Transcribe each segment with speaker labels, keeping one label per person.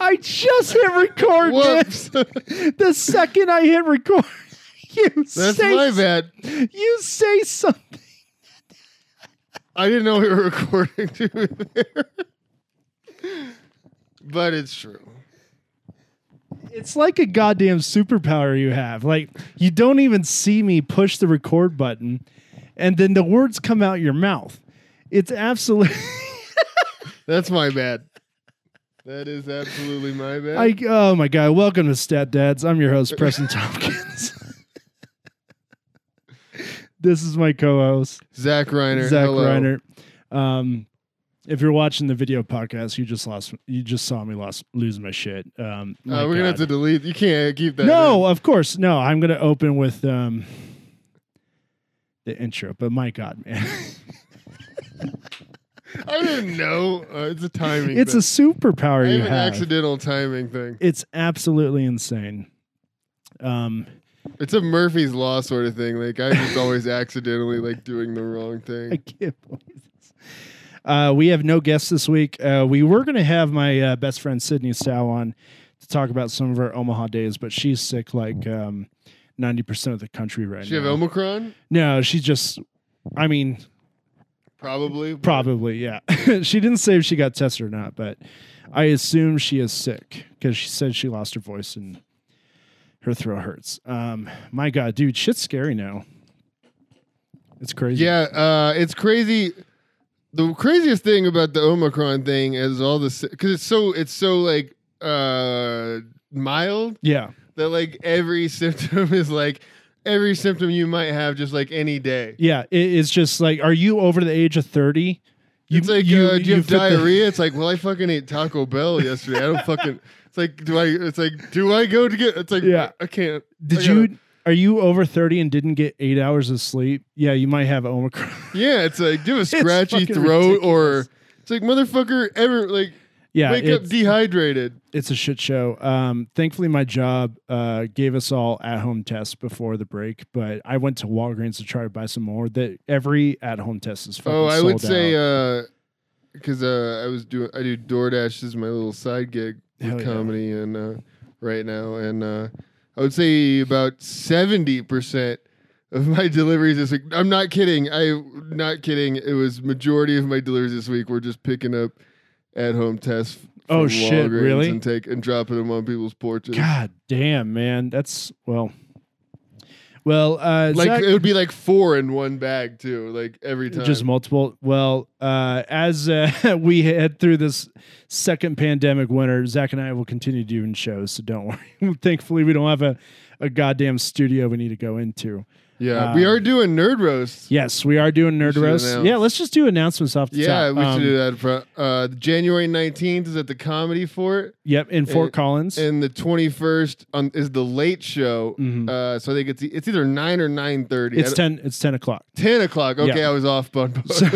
Speaker 1: I just hit record. Whoops.
Speaker 2: Whoops.
Speaker 1: The second I hit record, you
Speaker 2: That's
Speaker 1: say
Speaker 2: my bad.
Speaker 1: you say something.
Speaker 2: I didn't know we were recording to there. But it's true.
Speaker 1: It's like a goddamn superpower you have. Like you don't even see me push the record button, and then the words come out your mouth. It's absolutely.
Speaker 2: That's my bad. That is absolutely my bad.
Speaker 1: I oh my god! Welcome to Stat Dads. I'm your host Preston Tompkins. this is my co-host.
Speaker 2: Zach Reiner.
Speaker 1: Zach
Speaker 2: hello.
Speaker 1: Reiner. Um, if you're watching the video podcast, you just lost. You just saw me lost lose my shit. Um,
Speaker 2: Uh,
Speaker 1: my
Speaker 2: we're gonna have to
Speaker 1: God.
Speaker 2: delete. You can't keep that.
Speaker 1: no, of course, no. I'm gonna open with um, the intro. But my God, man,
Speaker 2: in. I didn't know. Uh, it's a timing.
Speaker 1: it's a
Speaker 2: thing. I
Speaker 1: superpower you
Speaker 2: have an
Speaker 1: have.
Speaker 2: accidental timing thing.
Speaker 1: It's absolutely insane. Um,
Speaker 2: It's a Murphy's Law sort of thing. Like I'm just always accidentally like doing the wrong
Speaker 1: I
Speaker 2: thing.
Speaker 1: can't believe this. Uh, we have no guests this week. Uh, we were going to have my uh, best friend Sydney Stow on to talk about some of our Omaha days, but she's sick like um, 90% of the country right
Speaker 2: Does she
Speaker 1: now.
Speaker 2: have Omicron?
Speaker 1: no, she just, I mean,
Speaker 2: Probably. but-
Speaker 1: probably, yeah. she didn't say if she got tested or not, but I assume she is sick because she said she lost her voice and her throat hurts. Um, my God, dude, shit's scary now. It's crazy.
Speaker 2: Yeah, uh, it's crazy. The craziest thing about the Omicron thing is all this because it's so it's so like uh, mild
Speaker 1: Yeah.
Speaker 2: that like every symptom is like every symptom you might have just like any day.
Speaker 1: Yeah, it, it's just like, are you over the age of thirty?
Speaker 2: It's like uh, do you have
Speaker 1: fit the-
Speaker 2: diarrhea? It's like well, I fucking ate Taco Bell yesterday. I don't fucking. It's like do I? It's like do I go to get? It's like
Speaker 1: Yeah.
Speaker 2: I can't. I
Speaker 1: did
Speaker 2: gotta-
Speaker 1: you? Are you over thirty and didn't get eight hours of sleep? Yeah, you might have Omicron.
Speaker 2: Yeah, it's like do you have a scratchy
Speaker 1: fucking
Speaker 2: throat
Speaker 1: ridiculous.
Speaker 2: or it's like motherfucker ever like
Speaker 1: yeah,
Speaker 2: wake up
Speaker 1: it's,
Speaker 2: dehydrated.
Speaker 1: it's a shit show. Um, thankfully, my job uh, gave us all at-home tests before the break, but I went to Walgreens to try to buy some more. That every at-home test is fucking
Speaker 2: Oh, I would
Speaker 1: sold
Speaker 2: say
Speaker 1: out.
Speaker 2: uh 'cause because uh, I was doing I do DoorDash this is my little side gig with
Speaker 1: Hell yeah.
Speaker 2: comedy and uh, right now, and uh, I would say about seventy percent of my deliveries this week. I'm not kidding. I not kidding. It was majority of my deliveries this week were just picking up at home tests.
Speaker 1: Oh,
Speaker 2: from
Speaker 1: shit,
Speaker 2: Walgreens
Speaker 1: really?
Speaker 2: And take and dropping them on people's porches.
Speaker 1: God damn, man, that's well, well, uh,
Speaker 2: Like
Speaker 1: Zach-
Speaker 2: it would be like four in one bag too, like every time.
Speaker 1: Just multiple. Well, uh, as uh, we head through this second pandemic winter, Zach and I will continue doing shows, so don't worry. Thankfully, we don't have a, a goddamn studio we need to go into.
Speaker 2: yeah, we
Speaker 1: um,
Speaker 2: are doing nerd roasts.
Speaker 1: Yes, we are doing Nerd
Speaker 2: should
Speaker 1: Roast.
Speaker 2: announce.
Speaker 1: Yeah, let's just do announcements off the top.
Speaker 2: Yeah, we
Speaker 1: Um,
Speaker 2: should do that. For, uh, January nineteenth is at the Comedy Fort,
Speaker 1: Yep, in Fort
Speaker 2: Uh,
Speaker 1: Collins.
Speaker 2: and the twenty first on is the Late Show.
Speaker 1: Mhm.
Speaker 2: Uh, so I think it's e- it's either nine or nine thirty.
Speaker 1: it's ten. It's ten o'clock.
Speaker 2: ten o'clock. Okay, I
Speaker 1: Yeah.
Speaker 2: was off. Bun Bun.
Speaker 1: So,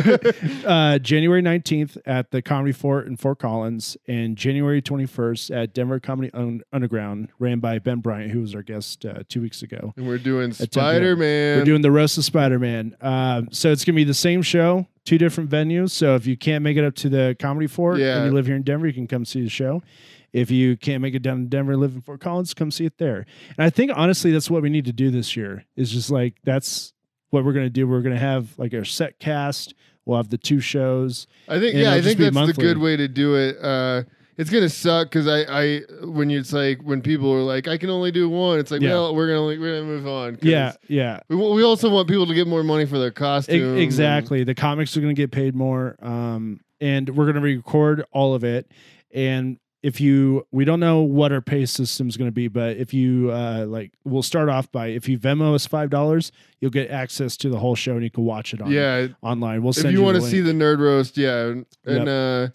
Speaker 1: uh, January 19th at the Comedy Fort in Fort Collins, and January 21st at Denver Comedy Un- Underground, ran by Ben Bryant, who was our guest uh, two weeks ago.
Speaker 2: and we're doing
Speaker 1: 10 p.m.
Speaker 2: Spider Man.
Speaker 1: We're doing the roast of Spider Man. Um, so it's gonna be the same show, two different venues. So if you can't make it up to the Comedy Fort
Speaker 2: Yeah.
Speaker 1: and you live here in Denver, you can come see the show. If you can't make it down to Denver and live in Fort Collins, come see it there. And I think honestly, that's what we need to do this year. Is just like that's what we're gonna do. We're gonna have like our set cast. We'll have the two shows.
Speaker 2: I think
Speaker 1: and
Speaker 2: yeah,
Speaker 1: it'll
Speaker 2: I
Speaker 1: just
Speaker 2: think
Speaker 1: be
Speaker 2: that's the
Speaker 1: monthly.
Speaker 2: good way to do it. Uh, it's gonna suck because I, I when it's like when people are like I can only do one. It's like
Speaker 1: Yeah.
Speaker 2: well we're gonna only, we're gonna move on. 'cause
Speaker 1: Yeah, yeah.
Speaker 2: We, we also want people to get more money for their
Speaker 1: E-
Speaker 2: costume.
Speaker 1: exactly. The comics are going to get paid more, um, and we're going to record all of it. And if you, we don't know what our pay system is going to be, but if you uh, like, we'll start off by if you Venmo us five dollars, you'll get access to the whole show and you can watch it on
Speaker 2: And, yeah,
Speaker 1: online. We'll send
Speaker 2: if you want to
Speaker 1: the
Speaker 2: see
Speaker 1: link.
Speaker 2: the nerd roast, yeah, and
Speaker 1: Yep.
Speaker 2: uh,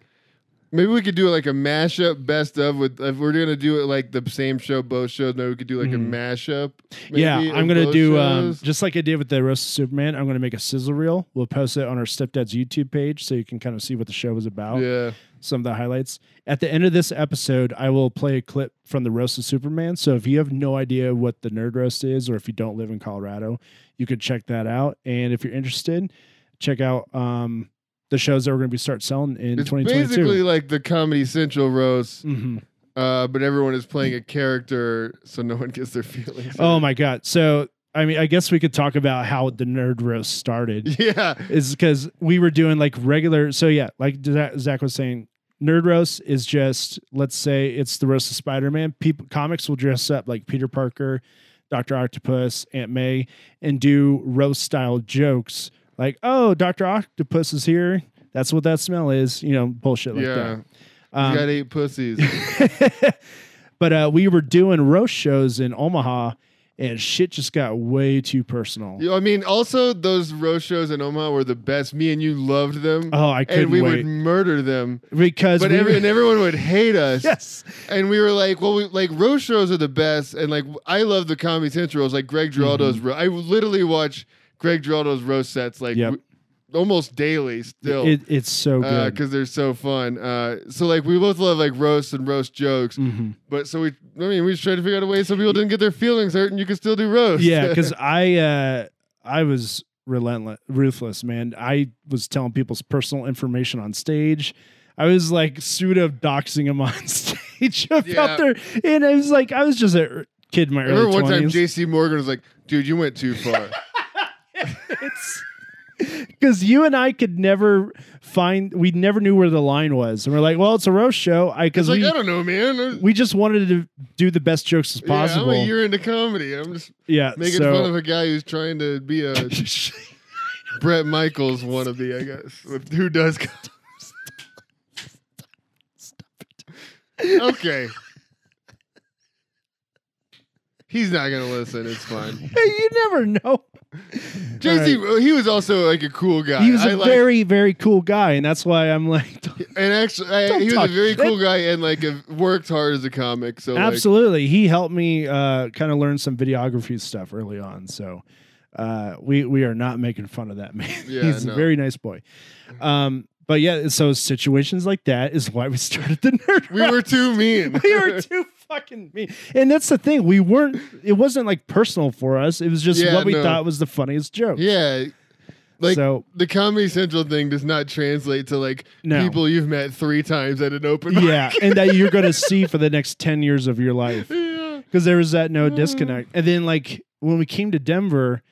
Speaker 2: maybe we could do like a mashup best of with if we're gonna do it like the same show, both shows. Maybe we could do like
Speaker 1: Mhm.
Speaker 2: a mashup.
Speaker 1: yeah,
Speaker 2: maybe,
Speaker 1: I'm
Speaker 2: of
Speaker 1: gonna
Speaker 2: both
Speaker 1: do um,
Speaker 2: shows.
Speaker 1: just like I did with the roast of Superman. I'm gonna make a sizzle reel. We'll post it on our stepdad's YouTube page so you can kind of see what the show was about.
Speaker 2: yeah,
Speaker 1: some of the highlights. At the end of this episode, I will play a clip from the roast of Superman. So if you have no idea what the nerd roast is, or if you don't live in Colorado, you could check that out. And if you're interested, check out um, the shows that we're going to be start selling in
Speaker 2: It's
Speaker 1: 2022.
Speaker 2: basically like the Comedy Central roast,
Speaker 1: hmm
Speaker 2: uh, but everyone is playing a character, so no one gets their feelings.
Speaker 1: Oh my god! So I mean, I guess we could talk about how the nerd roast started.
Speaker 2: yeah,
Speaker 1: is because we were doing like regular. So yeah, like Za- Zach was saying, nerd roast is just let's say it's the roast of Spider Man. People comics will dress up like Peter Parker, Doctor Octopus, Aunt May, and do roast style jokes like, "Oh, Doctor Octopus is here. That's what that smell is." You know, bullshit like
Speaker 2: yeah.
Speaker 1: that.
Speaker 2: He's
Speaker 1: Um,
Speaker 2: got eight pussies.
Speaker 1: but uh, we were doing roast shows in Omaha, and shit just got way too personal.
Speaker 2: You- I mean, also those roast shows in Omaha were the best. Me and you loved them,
Speaker 1: Oh, I couldn't
Speaker 2: and we
Speaker 1: wait
Speaker 2: would murder them.
Speaker 1: because
Speaker 2: But
Speaker 1: we
Speaker 2: every,
Speaker 1: were-
Speaker 2: and everyone would hate us.
Speaker 1: yes,
Speaker 2: And we were like, well, we, like roast shows are the best, and like I love the Comedy Central roast, like Greg Giraldo's.
Speaker 1: Mm-hmm.
Speaker 2: ro- I literally watch Greg Giraldo's roast sets like
Speaker 1: Yep.
Speaker 2: w- almost daily still
Speaker 1: it, it's so
Speaker 2: because
Speaker 1: good.
Speaker 2: they're so fun. Uh, so like we both love like roasts and roast jokes,
Speaker 1: Mhm.
Speaker 2: but so we, I mean, we just tried to figure out a way so people didn't get their feelings hurt, and you could still do roast.
Speaker 1: Yeah, because I uh, I was relentless, ruthless, man. I was telling people's personal information on stage. I was like pseudo doxing them on stage about
Speaker 2: Yeah.
Speaker 1: their, and I was like, I was just a kid in my
Speaker 2: I remember
Speaker 1: early
Speaker 2: one time
Speaker 1: twenties.
Speaker 2: J.C. Morgan was like, "Dude, you went too far."
Speaker 1: it's because you and I could never find. We never knew where the line was, and we're like, "Well, it's a roast show." I
Speaker 2: It's
Speaker 1: because
Speaker 2: like
Speaker 1: we
Speaker 2: I don't know, man. I'm-
Speaker 1: we just wanted to do the best jokes as
Speaker 2: yeah,
Speaker 1: possible.
Speaker 2: I'm a
Speaker 1: Yeah,
Speaker 2: year into comedy. I'm just making
Speaker 1: so
Speaker 2: fun of a guy who's trying to be a Brett Michaels wannabe, I guess. With who does? co- okay. He's not gonna listen. It's fine.
Speaker 1: you never know.
Speaker 2: JC, he was also like a cool guy.
Speaker 1: He was
Speaker 2: I
Speaker 1: a
Speaker 2: liked-
Speaker 1: very, very cool guy, and that's why I'm like,
Speaker 2: and actually, I,
Speaker 1: Don't
Speaker 2: he was a
Speaker 1: talk
Speaker 2: very
Speaker 1: shit.
Speaker 2: cool guy and like a, worked hard as a comic. So like,
Speaker 1: absolutely. He helped me uh, kind of learn some videography stuff early on. So uh, we we are not making fun of that man.
Speaker 2: Yeah,
Speaker 1: He's
Speaker 2: no. Mm.
Speaker 1: a very nice boy. Um, but yeah, so situations like that is why we started the nerd.
Speaker 2: we were too mean.
Speaker 1: we were too fucking mean. And that's the thing. We weren't. It wasn't like personal for us. It was just
Speaker 2: Yeah,
Speaker 1: what we
Speaker 2: no.
Speaker 1: thought was the funniest joke.
Speaker 2: yeah, like
Speaker 1: so
Speaker 2: the Comedy Central thing does not translate to like
Speaker 1: No.
Speaker 2: people you've met three times at an open. mic.
Speaker 1: yeah, and that you're gonna see for the next ten years of your life.
Speaker 2: yeah.
Speaker 1: because there was that no
Speaker 2: Mm.
Speaker 1: disconnect. And then like when we came to Denver,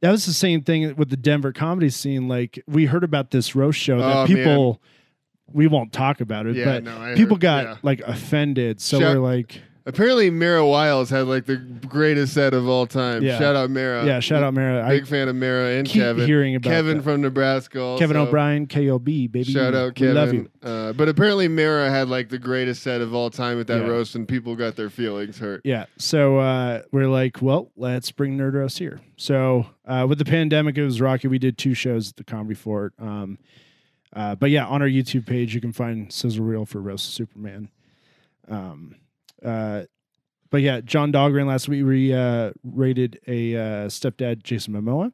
Speaker 1: that was the same thing with the Denver comedy scene. Like we heard about this roast show that
Speaker 2: Oh,
Speaker 1: people we won't talk about it,
Speaker 2: Yeah,
Speaker 1: but
Speaker 2: no, I
Speaker 1: people
Speaker 2: heard-
Speaker 1: got
Speaker 2: yeah.
Speaker 1: like offended. So
Speaker 2: Shout-
Speaker 1: we're like,
Speaker 2: Apparently, Mara Wiles had like the greatest set of all time.
Speaker 1: Yeah.
Speaker 2: Shout out Mara.
Speaker 1: yeah, shout out Mara.
Speaker 2: Big
Speaker 1: I
Speaker 2: fan of Mara and
Speaker 1: keep
Speaker 2: Kevin.
Speaker 1: hearing about
Speaker 2: Kevin
Speaker 1: that.
Speaker 2: from Nebraska. Also.
Speaker 1: Kevin O'Brien, KOB, baby.
Speaker 2: Shout out
Speaker 1: We
Speaker 2: Kevin.
Speaker 1: love you.
Speaker 2: Uh, but apparently, Mara had like the greatest set of all time at that
Speaker 1: Yeah.
Speaker 2: roast, and people got their feelings hurt.
Speaker 1: Yeah. So uh, we're like, well, let's bring Nerd Roast here. So uh, with the pandemic, it was rocky. We did two shows at the Comedy Fort. Um, uh, but yeah, on our YouTube page, you can find Sizzle Reel for Roast of Superman. Um, uh, but yeah, John Dahlgren last week we uh, rated a uh, stepdad, Jason Momoa.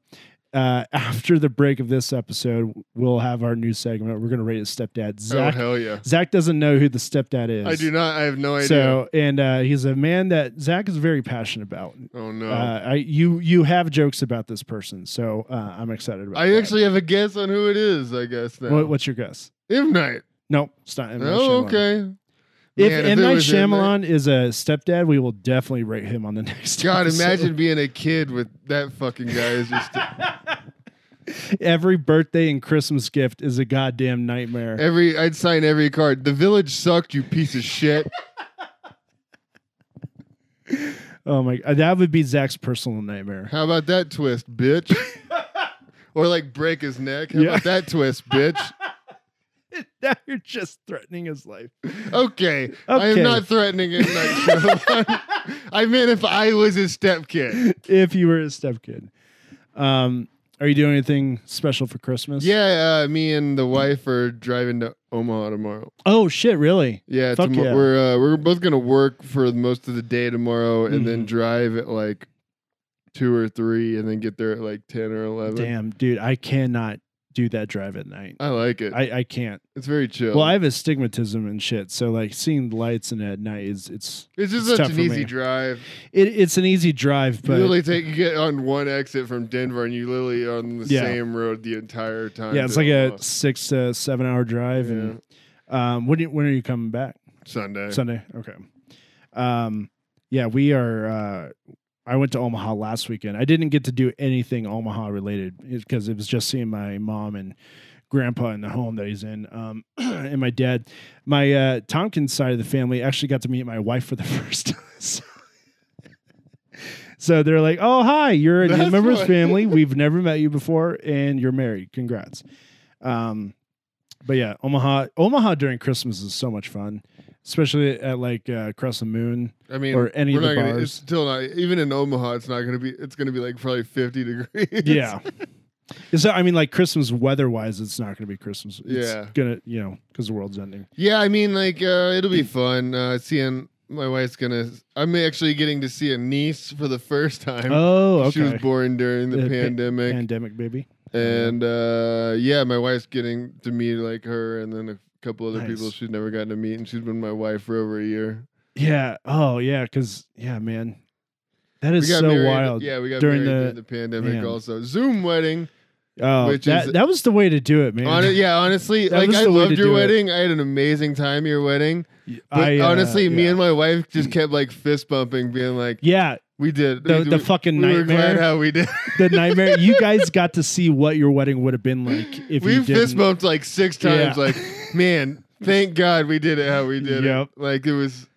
Speaker 1: Uh, after the break of this episode, we'll have our new segment. We're going to rate a stepdad. Zach,
Speaker 2: Oh hell yeah!
Speaker 1: Zach doesn't know who the stepdad is.
Speaker 2: I do not. I have no idea.
Speaker 1: So and uh, he's a man that Zach is very passionate about.
Speaker 2: oh no.
Speaker 1: Uh, I you you have jokes about this person, so uh, I'm excited about.
Speaker 2: I
Speaker 1: that.
Speaker 2: actually have a guess on who it is. I guess now.
Speaker 1: What, what's your guess?
Speaker 2: If night.
Speaker 1: No, it's not. M. Night
Speaker 2: Oh
Speaker 1: Shyamalan.
Speaker 2: okay.
Speaker 1: If
Speaker 2: Man,
Speaker 1: M
Speaker 2: it
Speaker 1: Night
Speaker 2: was M. Night-
Speaker 1: Shyamalan is a stepdad, we will definitely rate him on the next.
Speaker 2: God,
Speaker 1: episode.
Speaker 2: imagine being a kid with that fucking guy. Is just
Speaker 1: every birthday and Christmas gift is a goddamn nightmare.
Speaker 2: every. I'd sign every card. The village sucked, you piece of shit.
Speaker 1: oh my, that would be Zach's personal nightmare.
Speaker 2: How about that twist, bitch? or like break his neck. How
Speaker 1: Yeah.
Speaker 2: about that twist, bitch?
Speaker 1: now you're just threatening his life.
Speaker 2: Okay, I am
Speaker 1: Okay.
Speaker 2: not threatening it. I meant if I was his stepkid.
Speaker 1: if you were a stepkid. Um, are you doing anything special for Christmas?
Speaker 2: Yeah, uh, me and the wife are driving to Omaha tomorrow.
Speaker 1: Oh shit, really?
Speaker 2: Yeah,
Speaker 1: Fuck
Speaker 2: tomo-
Speaker 1: yeah.
Speaker 2: we're uh, we're both gonna work for most of the day tomorrow, and then
Speaker 1: Mm-hmm.
Speaker 2: drive at like two or three, and then get there at like ten or eleven.
Speaker 1: Damn, dude, I cannot do that drive at night.
Speaker 2: I like it.
Speaker 1: I, I can't.
Speaker 2: it's very chill.
Speaker 1: Well, I have astigmatism and shit, so like seeing the lights and at night is it's
Speaker 2: it's just
Speaker 1: it's
Speaker 2: such
Speaker 1: tough
Speaker 2: an
Speaker 1: for
Speaker 2: easy
Speaker 1: me.
Speaker 2: drive.
Speaker 1: it, it's an easy drive,
Speaker 2: you
Speaker 1: but
Speaker 2: literally take you get on one exit from Denver and you literally are on the
Speaker 1: Yeah.
Speaker 2: same road the entire time.
Speaker 1: yeah, it's
Speaker 2: to
Speaker 1: like a
Speaker 2: Omaha.
Speaker 1: six to seven hour drive. And um, when do you, when are you coming back?
Speaker 2: Sunday.
Speaker 1: Sunday. Okay. Um, yeah, we are. Uh, I went to Omaha last weekend. I didn't get to do anything Omaha related because it was just seeing my mom and grandpa in the home that he's in, um, and my dad. My uh, Tompkins side of the family actually got to meet my wife for the first time. so- So they're like, "Oh, hi! You're a new
Speaker 2: That's
Speaker 1: member of the
Speaker 2: what-
Speaker 1: family. We've never met you before, and you're married. Congrats!" Um, but yeah, Omaha, Omaha during Christmas is so much fun, especially at like uh, Crescent Moon.
Speaker 2: I mean,
Speaker 1: or any
Speaker 2: we're
Speaker 1: of the
Speaker 2: not gonna,
Speaker 1: bars.
Speaker 2: It's still not even in Omaha. It's not going to be. It's going to be like probably fifty degrees.
Speaker 1: Yeah. so I mean, like Christmas weather-wise, it's not going to be Christmas. It's
Speaker 2: Yeah.
Speaker 1: gonna you know because the world's ending.
Speaker 2: Yeah, I mean, like uh, it'll be fun. Uh, seeing my wife's gonna. I'm actually getting to see a niece for the first time.
Speaker 1: Oh, okay.
Speaker 2: She was born during the,
Speaker 1: The pa-
Speaker 2: pandemic,
Speaker 1: Pandemic baby.
Speaker 2: and uh, yeah, my wife's getting to meet like her, and then a couple other
Speaker 1: Nice.
Speaker 2: people she's never gotten to meet, and she's been my wife for over a year.
Speaker 1: Yeah. Oh yeah. Because yeah, man, that is so
Speaker 2: married-
Speaker 1: wild.
Speaker 2: Yeah, we got
Speaker 1: during
Speaker 2: married
Speaker 1: the-
Speaker 2: during the pandemic.
Speaker 1: man.
Speaker 2: Also, Zoom wedding.
Speaker 1: Oh,
Speaker 2: Which
Speaker 1: that,
Speaker 2: is-
Speaker 1: that was the way to do it, man.
Speaker 2: Hon- yeah, honestly,
Speaker 1: That
Speaker 2: like
Speaker 1: was
Speaker 2: I
Speaker 1: the way
Speaker 2: loved
Speaker 1: to
Speaker 2: your
Speaker 1: do it.
Speaker 2: wedding. I had an amazing time at your wedding. But
Speaker 1: I, uh,
Speaker 2: honestly, me
Speaker 1: yeah. Mm.
Speaker 2: and my wife just kept like fist bumping, being like,
Speaker 1: yeah,
Speaker 2: "We did
Speaker 1: the
Speaker 2: we,
Speaker 1: the
Speaker 2: we-
Speaker 1: fucking
Speaker 2: we were glad
Speaker 1: nightmare,
Speaker 2: how we did."
Speaker 1: the nightmare. You guys got to see what your wedding would have been like if
Speaker 2: we
Speaker 1: you
Speaker 2: fist
Speaker 1: didn't.
Speaker 2: bumped like six times.
Speaker 1: Yeah.
Speaker 2: Like, man, thank God we did it how we did
Speaker 1: Yep.
Speaker 2: it. Like it was.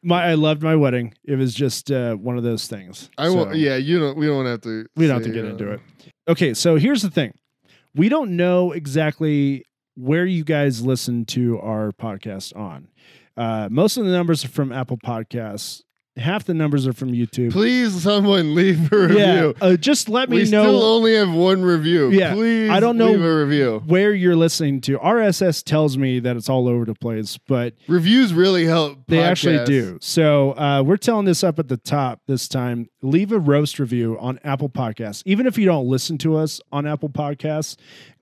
Speaker 1: my I loved my wedding. It was just uh, one of those things.
Speaker 2: I
Speaker 1: So,
Speaker 2: won't. Yeah, you don't. We don't have to.
Speaker 1: we don't have
Speaker 2: say,
Speaker 1: to get
Speaker 2: uh,
Speaker 1: into it. Okay, so here's the thing: we don't know exactly where you guys listen to our podcast on. Uh, most of the numbers are from Apple Podcasts. Half the numbers are from YouTube.
Speaker 2: Please, someone leave a review.
Speaker 1: yeah, uh, just let me
Speaker 2: we
Speaker 1: know
Speaker 2: still only have one review.
Speaker 1: Yeah,
Speaker 2: Please,
Speaker 1: I don't know-
Speaker 2: Leave a review.
Speaker 1: where you're listening to. RSS tells me that it's all over the place, but
Speaker 2: Reviews really help.
Speaker 1: They actually
Speaker 2: podcasts.
Speaker 1: do. So uh, we're telling this up at the top this time. Leave a roast review on Apple Podcasts. Even if you don't listen to us on Apple Podcasts,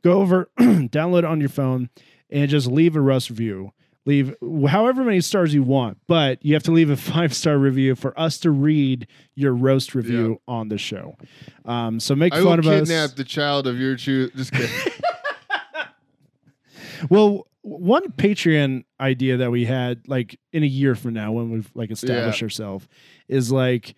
Speaker 1: go over, download it on your phone, and just leave a roast review. Leave however many stars you want, but you have to leave a five star review for us to read your roast review on the show. Um, so make
Speaker 2: I
Speaker 1: fun
Speaker 2: will
Speaker 1: of us.
Speaker 2: kidnap the child of your choose. Just kidding.
Speaker 1: Well, one Patreon idea that we had, like in a year from now, when we've like established ourselves, is like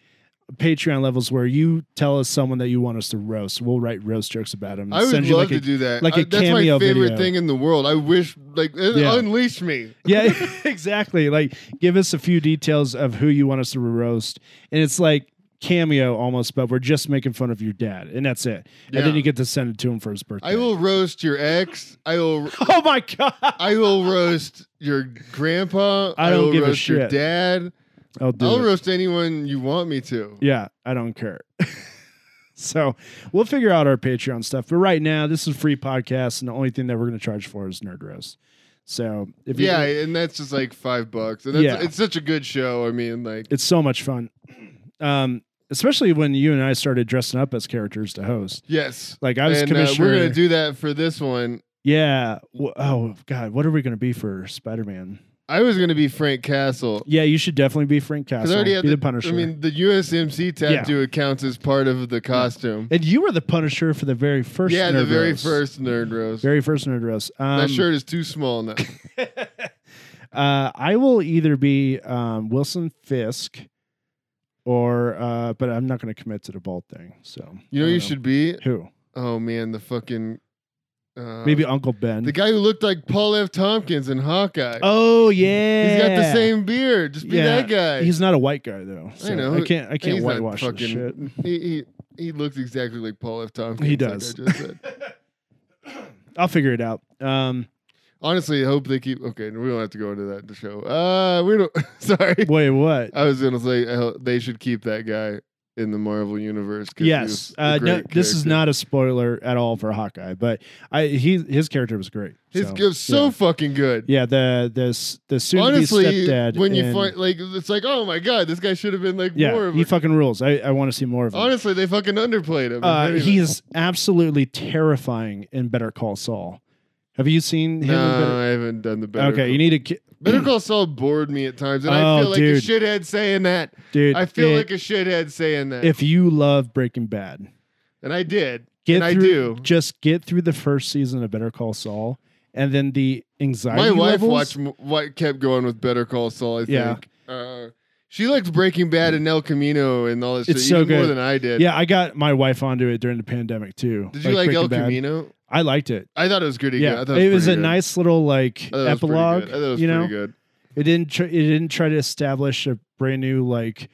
Speaker 1: Patreon levels where you tell us someone that you want us to roast. We'll write roast jokes about them.
Speaker 2: I would
Speaker 1: send
Speaker 2: love
Speaker 1: you like
Speaker 2: to
Speaker 1: a,
Speaker 2: do that.
Speaker 1: like
Speaker 2: I-
Speaker 1: a
Speaker 2: that's
Speaker 1: cameo
Speaker 2: my favorite
Speaker 1: video.
Speaker 2: thing in the world. I wish like it-
Speaker 1: Yeah.
Speaker 2: unleash me.
Speaker 1: yeah, exactly. Like give us a few details of who you want us to roast, and it's like cameo almost, but we're just making fun of your dad, and that's it. And then
Speaker 2: Yeah.
Speaker 1: you get to send it to him for his birthday.
Speaker 2: I will roast your ex. I will
Speaker 1: Oh my god!
Speaker 2: I will roast your grandpa.
Speaker 1: I don't
Speaker 2: will
Speaker 1: give a
Speaker 2: roast your
Speaker 1: shit.
Speaker 2: dad.
Speaker 1: I'll do.
Speaker 2: I'll
Speaker 1: it.
Speaker 2: roast anyone you want me to.
Speaker 1: Yeah, I don't care. so we'll figure out our Patreon stuff. But right now, this is a free podcast, and the only thing that we're going to charge for is Nerd Roast. So if you-
Speaker 2: Yeah, and that's just like five bucks. And that's,
Speaker 1: Yeah.
Speaker 2: it's such a good show. I mean, like
Speaker 1: it's so much fun. Um, especially when you and I started dressing up as characters to host.
Speaker 2: yes.
Speaker 1: Like I was
Speaker 2: and uh,
Speaker 1: commissioner.
Speaker 2: we're gonna do that for this one.
Speaker 1: yeah. W- Oh God, what are we going to be for Spider Man?
Speaker 2: I was gonna be Frank Castle.
Speaker 1: Yeah, you should definitely be Frank
Speaker 2: Because
Speaker 1: Castle.
Speaker 2: I already had
Speaker 1: be
Speaker 2: the,
Speaker 1: the, Punisher.
Speaker 2: I mean, the USMC tattoo accounts as part of the costume.
Speaker 1: and you were the Punisher for the very first.
Speaker 2: yeah, the
Speaker 1: Nerd
Speaker 2: very
Speaker 1: Roast.
Speaker 2: first nerd roast.
Speaker 1: Very first Nerd Roast. Um,
Speaker 2: that shirt is too small now.
Speaker 1: Uh, I will either be um, Wilson Fisk or, uh, but I'm not going to commit to the bald thing. So
Speaker 2: You know,
Speaker 1: I
Speaker 2: who you
Speaker 1: don't
Speaker 2: should be.
Speaker 1: Who?
Speaker 2: Oh man, the fucking. Uh,
Speaker 1: Maybe Uncle Ben.
Speaker 2: The guy who looked like Paul F. Tompkins in Hawkeye.
Speaker 1: oh yeah,
Speaker 2: He's got the same beard. Just be
Speaker 1: Yeah.
Speaker 2: that guy.
Speaker 1: He's not a white guy though. So I
Speaker 2: know.
Speaker 1: can't. I can't
Speaker 2: He's not
Speaker 1: whitewash this
Speaker 2: fucking-
Speaker 1: shit.
Speaker 2: he, he he looks exactly like Paul F. Tompkins.
Speaker 1: He
Speaker 2: like I
Speaker 1: does.
Speaker 2: just said.
Speaker 1: I'll figure it out. Um,
Speaker 2: Honestly, I hope they keep. Okay, we don't have to go into that to show. Uh, we don't. Sorry.
Speaker 1: wait, what?
Speaker 2: I was gonna say I hope they should keep that guy. in the Marvel universe. 'cause he was
Speaker 1: Yes,
Speaker 2: a
Speaker 1: uh, no,
Speaker 2: great
Speaker 1: this is
Speaker 2: character.
Speaker 1: not a spoiler at all for Hawkeye, but I he his character was great.
Speaker 2: His
Speaker 1: so,
Speaker 2: it was so
Speaker 1: yeah.
Speaker 2: fucking good.
Speaker 1: Yeah, the the the soon
Speaker 2: Honestly,
Speaker 1: stepdad.
Speaker 2: when you
Speaker 1: and-
Speaker 2: find like it's like, oh my god, this guy should have been like more
Speaker 1: yeah,
Speaker 2: of
Speaker 1: he
Speaker 2: a,
Speaker 1: fucking rules. I, I want to see more of him.
Speaker 2: Honestly, they fucking underplayed him.
Speaker 1: uh,
Speaker 2: Anyway.
Speaker 1: he is absolutely terrifying in Better Call Saul. Have you seen him? in
Speaker 2: No,
Speaker 1: Better-
Speaker 2: I haven't done the better.
Speaker 1: okay,
Speaker 2: Call.
Speaker 1: you need to, ki-
Speaker 2: Better Call Saul bored me at times, and I
Speaker 1: Oh,
Speaker 2: feel like
Speaker 1: dude.
Speaker 2: a shithead saying that.
Speaker 1: dude.
Speaker 2: I feel
Speaker 1: it-
Speaker 2: like a shithead saying that,
Speaker 1: if you love Breaking Bad,
Speaker 2: and I did.
Speaker 1: get
Speaker 2: And I
Speaker 1: through,
Speaker 2: do.
Speaker 1: Just get through the first season of Better Call Saul, and then the anxiety.
Speaker 2: My wife
Speaker 1: levels-
Speaker 2: watched, m- what kept going with Better Call Saul. I think.
Speaker 1: Yeah.
Speaker 2: Uh, she liked Breaking Bad and El Camino and all that
Speaker 1: It's
Speaker 2: shit
Speaker 1: so
Speaker 2: even more
Speaker 1: good.
Speaker 2: than I did.
Speaker 1: Yeah, I got my wife onto it during the pandemic too.
Speaker 2: Did you like,
Speaker 1: Breaking
Speaker 2: El
Speaker 1: Bad.
Speaker 2: Camino?
Speaker 1: I liked it.
Speaker 2: I thought it was pretty
Speaker 1: yeah,
Speaker 2: good. I thought
Speaker 1: it was a
Speaker 2: pretty good.
Speaker 1: nice little like
Speaker 2: I thought it was pretty good.
Speaker 1: epilogue.
Speaker 2: I thought it was
Speaker 1: you
Speaker 2: pretty
Speaker 1: know,
Speaker 2: good.
Speaker 1: it didn't tr- it didn't try to establish a brand new like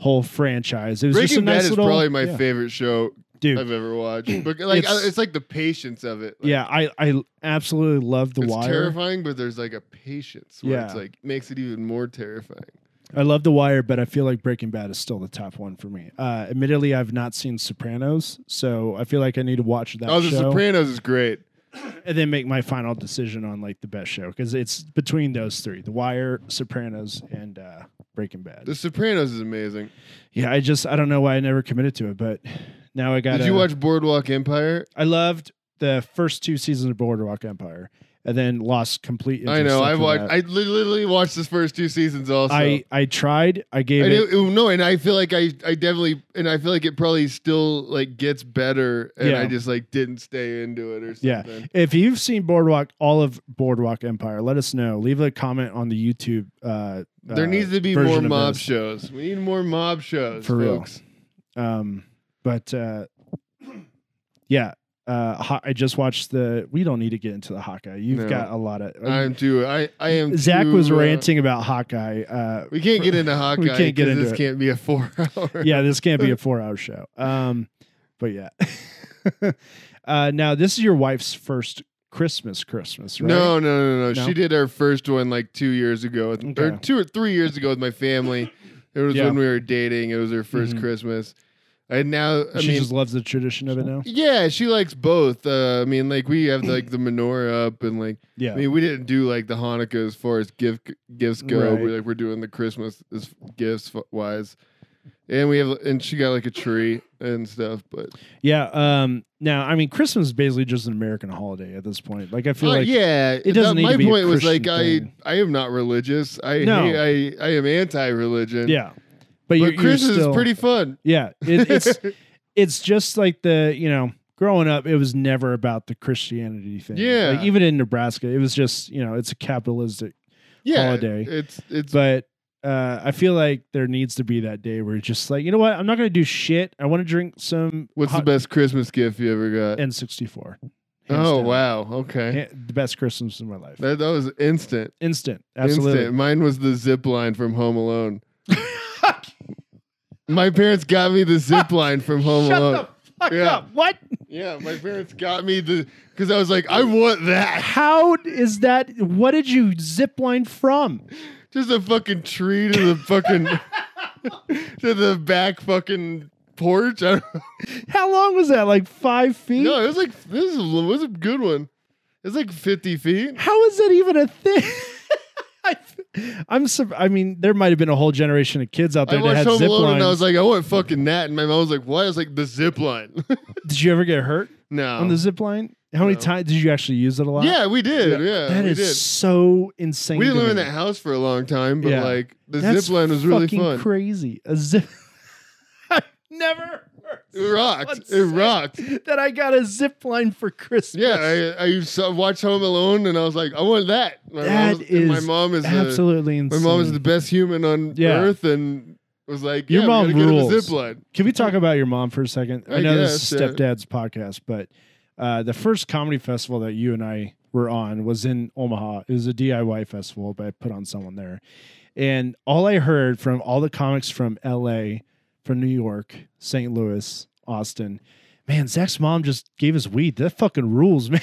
Speaker 1: whole franchise. It was just a
Speaker 2: Breaking Bad
Speaker 1: nice
Speaker 2: is
Speaker 1: little,
Speaker 2: probably my
Speaker 1: yeah.
Speaker 2: favorite show
Speaker 1: Dude,
Speaker 2: I've ever watched. But like, it's,
Speaker 1: It's-
Speaker 2: it's like the patience of it. Like,
Speaker 1: yeah, I I absolutely love the
Speaker 2: it's
Speaker 1: wire.
Speaker 2: terrifying, but there's like a patience where it's
Speaker 1: Yeah.
Speaker 2: like makes it even more terrifying.
Speaker 1: I love The Wire, but I feel like Breaking Bad is still the top one for me. Uh, admittedly, I've not seen Sopranos, so I feel like I need to watch that
Speaker 2: oh, The
Speaker 1: show
Speaker 2: Sopranos is great.
Speaker 1: and then make my final decision on like the best show because it's between those three: The Wire, Sopranos, and uh, Breaking Bad.
Speaker 2: The Sopranos is amazing.
Speaker 1: yeah, I just I don't know why I never committed to it, but now I got.
Speaker 2: Did you watch Boardwalk Empire?
Speaker 1: I loved the first two seasons of Boardwalk Empire, and then lost complete. Interest
Speaker 2: I know. I
Speaker 1: after
Speaker 2: watched.
Speaker 1: that.
Speaker 2: I li- literally watched the first two seasons. Also,
Speaker 1: I I tried. I gave
Speaker 2: And
Speaker 1: it.
Speaker 2: it- it- no, and I feel like I, I definitely, and I feel like it probably still like gets better, and
Speaker 1: Yeah.
Speaker 2: I just like didn't stay into it or
Speaker 1: Yeah.
Speaker 2: something.
Speaker 1: If you've seen Boardwalk, all of Boardwalk Empire, let us know. Leave a comment on the YouTube. Uh,
Speaker 2: There
Speaker 1: uh,
Speaker 2: needs to be more
Speaker 1: version of
Speaker 2: mob
Speaker 1: this.
Speaker 2: shows. We need more mob shows,
Speaker 1: For real.
Speaker 2: folks.
Speaker 1: Um, but uh, yeah, uh, Haw- I just watched the. We don't need to get into the Hawkeye. You've
Speaker 2: No.
Speaker 1: got a lot of.
Speaker 2: I'm too. I I am.
Speaker 1: Zach
Speaker 2: too,
Speaker 1: was
Speaker 2: uh,
Speaker 1: ranting about Hawkeye. Uh,
Speaker 2: We can't get into Hawkeye.
Speaker 1: can't get
Speaker 2: 'cause
Speaker 1: into
Speaker 2: this
Speaker 1: it.
Speaker 2: can't be a four hour.
Speaker 1: yeah, this can't be a four-hour show. Um, but yeah. uh, now this is your wife's first Christmas. Christmas, right?
Speaker 2: No, no, no, no, no.
Speaker 1: No?
Speaker 2: She did our first one like two years ago, with, or
Speaker 1: Okay.
Speaker 2: two or three years ago with my family. It was
Speaker 1: Yeah.
Speaker 2: when we were dating. It was her 1st
Speaker 1: Mhm.
Speaker 2: Christmas. And now, I
Speaker 1: she
Speaker 2: mean,
Speaker 1: just loves the tradition of it now.
Speaker 2: yeah, she likes both. Uh, I mean, like we have like the menorah up, and like
Speaker 1: Yeah.
Speaker 2: I mean, we didn't do like the Hanukkah as far as gift gifts go.
Speaker 1: Right.
Speaker 2: We're like we're doing the Christmas as gifts wise, and we have and she got like a tree and stuff. But
Speaker 1: Yeah. Um. Now, I mean, Christmas is basically just an American holiday at this point. Like, I feel
Speaker 2: Uh,
Speaker 1: like
Speaker 2: yeah, that-
Speaker 1: doesn't need
Speaker 2: my
Speaker 1: to be a
Speaker 2: point was
Speaker 1: Christian
Speaker 2: like
Speaker 1: thing.
Speaker 2: I I am not religious. I
Speaker 1: No.
Speaker 2: hate- I I am anti-religion.
Speaker 1: yeah. But,
Speaker 2: but
Speaker 1: you're,
Speaker 2: Christmas
Speaker 1: you're still,
Speaker 2: is pretty fun.
Speaker 1: Yeah. It, it's it's just like the you know growing up, it was never about the Christianity thing.
Speaker 2: Yeah.
Speaker 1: Like even in Nebraska, it was just you know it's a capitalistic.
Speaker 2: yeah,
Speaker 1: holiday.
Speaker 2: It's it's
Speaker 1: But uh, I feel like there needs to be that day where it's just like you know what I'm not gonna do shit. I want to drink some.
Speaker 2: what's the best Christmas gift you ever got?
Speaker 1: N64. Hands
Speaker 2: oh
Speaker 1: down.
Speaker 2: wow, okay.
Speaker 1: Ha- The best Christmas in my life.
Speaker 2: That, that was instant.
Speaker 1: Instant. Absolutely.
Speaker 2: Instant. Mine was the zip line from Home Alone. My parents got me the zip line from Home
Speaker 1: Shut
Speaker 2: Alone.
Speaker 1: the fuck
Speaker 2: Yeah.
Speaker 1: up. What?
Speaker 2: yeah, my parents got me the because I was like, I want that.
Speaker 1: How is that? What did you zip line from?
Speaker 2: Just a fucking tree to the fucking to the back fucking porch. I don't
Speaker 1: How long was that? Like five feet?
Speaker 2: no, it was like this is it was a good one. It's like fifty feet.
Speaker 1: How is that even a thing? I- I'm. Sur- I mean, there might have been a whole generation of kids out
Speaker 2: I
Speaker 1: there that
Speaker 2: watched
Speaker 1: had
Speaker 2: Home
Speaker 1: zip
Speaker 2: Alone
Speaker 1: lines.
Speaker 2: and I was like, I want fucking that. And my mom was like, Why? I was like, the zip line.
Speaker 1: did you ever get hurt
Speaker 2: no.
Speaker 1: on the zip line? How many
Speaker 2: Um, No.
Speaker 1: times did you actually use it a lot?
Speaker 2: yeah, we did. Yeah,
Speaker 1: that
Speaker 2: we
Speaker 1: is
Speaker 2: did.
Speaker 1: so insane.
Speaker 2: We didn't
Speaker 1: to
Speaker 2: live in
Speaker 1: me.
Speaker 2: that house for a long time, but
Speaker 1: Yeah.
Speaker 2: like the
Speaker 1: That's
Speaker 2: zip line was really
Speaker 1: fucking
Speaker 2: fun.
Speaker 1: Crazy. A zip. I've never
Speaker 2: it rocked.
Speaker 1: Let's
Speaker 2: It
Speaker 1: say-
Speaker 2: rocked.
Speaker 1: heard that I got a zip line for Christmas.
Speaker 2: Yeah, I, I saw, watched Home Alone and I was like, I want that. My
Speaker 1: That
Speaker 2: mom, was- and my
Speaker 1: is
Speaker 2: mom is absolutely
Speaker 1: absolutely
Speaker 2: my
Speaker 1: insane.
Speaker 2: mom is the best human on
Speaker 1: Yeah.
Speaker 2: earth and was like,
Speaker 1: Your
Speaker 2: yeah,
Speaker 1: mom
Speaker 2: we gotta go to the
Speaker 1: rules.
Speaker 2: zip line.
Speaker 1: Can we talk about your mom for a second? I,
Speaker 2: I
Speaker 1: know this
Speaker 2: guess,
Speaker 1: is
Speaker 2: yeah.
Speaker 1: stepdad's podcast, but uh, the first comedy festival that you and I were on was in Omaha. It was a DIY festival, but I put on someone there. And all I heard from all the comics from LA, from New York, St. Louis, Austin, man, Zach's mom just gave us weed. That fucking rules, man.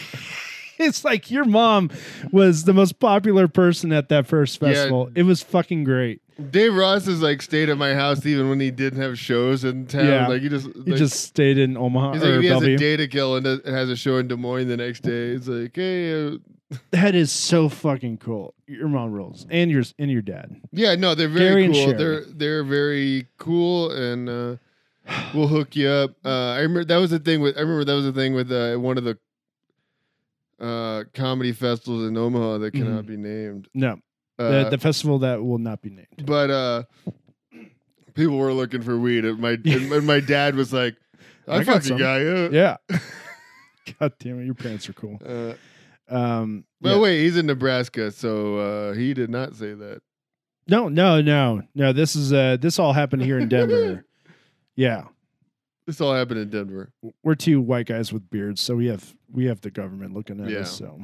Speaker 1: it's like your mom was the most popular person at that first
Speaker 2: Yeah.
Speaker 1: festival. It was fucking great.
Speaker 2: Dave Ross has like stayed at my house even when he didn't have shows in town.
Speaker 1: Yeah.
Speaker 2: Like he just
Speaker 1: He
Speaker 2: like,
Speaker 1: just stayed in Omaha
Speaker 2: he's like,
Speaker 1: or
Speaker 2: if he has a
Speaker 1: Bellevue.
Speaker 2: day to kill and does- has a show in Des Moines the next day. It's like hey, uh,
Speaker 1: that is so fucking cool. Your mom rules, and yours and your dad.
Speaker 2: yeah, no, they're very
Speaker 1: Gary and
Speaker 2: cool.
Speaker 1: Sherry.
Speaker 2: They're they're very cool and. uh We'll hook you up. Uh, I remember that was the thing with. I remember that was the thing with uh, one of the uh, comedy festivals in Omaha that cannot be named.
Speaker 1: No,
Speaker 2: Uh,
Speaker 1: Mm-hmm. the, the festival that will not be named.
Speaker 2: but uh people were looking for weed and my and, and my dad was like i,
Speaker 1: I got
Speaker 2: fucking
Speaker 1: some."
Speaker 2: got you
Speaker 1: Yeah. God damn it, your parents are cool.
Speaker 2: uh,
Speaker 1: Um,
Speaker 2: but
Speaker 1: yeah.
Speaker 2: wait he's in nebraska so uh he did not say that
Speaker 1: No, no, no, no. This is uh, this all happened here in Denver. yeah,
Speaker 2: this all happened in denver
Speaker 1: we're two white guys with beards, so we have we have the government looking at
Speaker 2: Yeah.
Speaker 1: us. So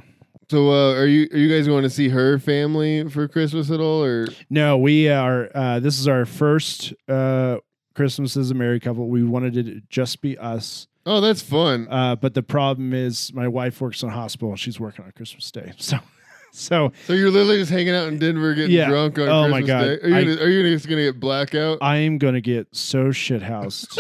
Speaker 2: so uh are you are you guys going to see her family for christmas at all or
Speaker 1: no, we are. Uh, this is our first uh, Christmas as a married couple. We wanted it to just be us.
Speaker 2: oh that's fun
Speaker 1: Uh, but the problem is my wife works in a hospital and she's working on Christmas Day. So so
Speaker 2: so you're literally just hanging out in denver getting
Speaker 1: Yeah.
Speaker 2: drunk on
Speaker 1: Oh
Speaker 2: christmas
Speaker 1: my God.
Speaker 2: day are you,
Speaker 1: I-
Speaker 2: gonna, are you just gonna get blackout
Speaker 1: I am gonna get so shit housed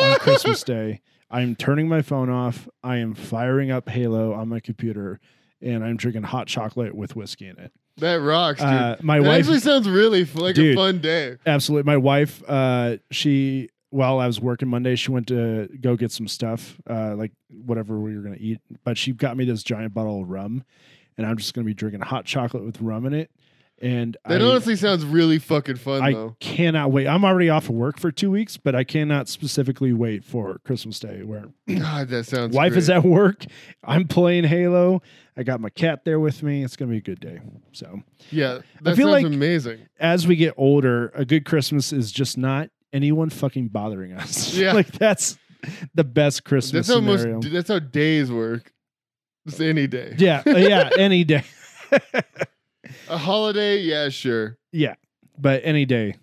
Speaker 1: on Christmas Day. I'm turning my phone off. I am firing up Halo on my computer and I'm drinking hot chocolate with whiskey in it.
Speaker 2: that rocks dude
Speaker 1: Uh, my
Speaker 2: that
Speaker 1: wife
Speaker 2: actually sounds really f- like a
Speaker 1: Dude.
Speaker 2: fun day
Speaker 1: Absolutely. My wife, uh, she while I was working Monday, she went to go get some stuff, uh, like whatever we were gonna eat. But she got me this giant bottle of rum, and I'm just gonna be drinking hot chocolate with rum in it. And
Speaker 2: that
Speaker 1: I,
Speaker 2: honestly sounds really fucking fun
Speaker 1: I
Speaker 2: though
Speaker 1: cannot wait. I'm already off of work for two weeks, but I cannot specifically wait for Christmas Day where
Speaker 2: god that sounds
Speaker 1: wife
Speaker 2: great.
Speaker 1: is at work. I'm playing Halo. I got my cat there with me. It's gonna be a good day. So
Speaker 2: Yeah, that
Speaker 1: feel
Speaker 2: sounds
Speaker 1: like-
Speaker 2: amazing.
Speaker 1: as we get older, a good Christmas is just not anyone fucking bothering us.
Speaker 2: Yeah.
Speaker 1: like that's the best Christmas
Speaker 2: That's almost
Speaker 1: scenario.
Speaker 2: that's how days work. It's any day.
Speaker 1: yeah, yeah, any day.
Speaker 2: A holiday, yeah, sure.
Speaker 1: But any day.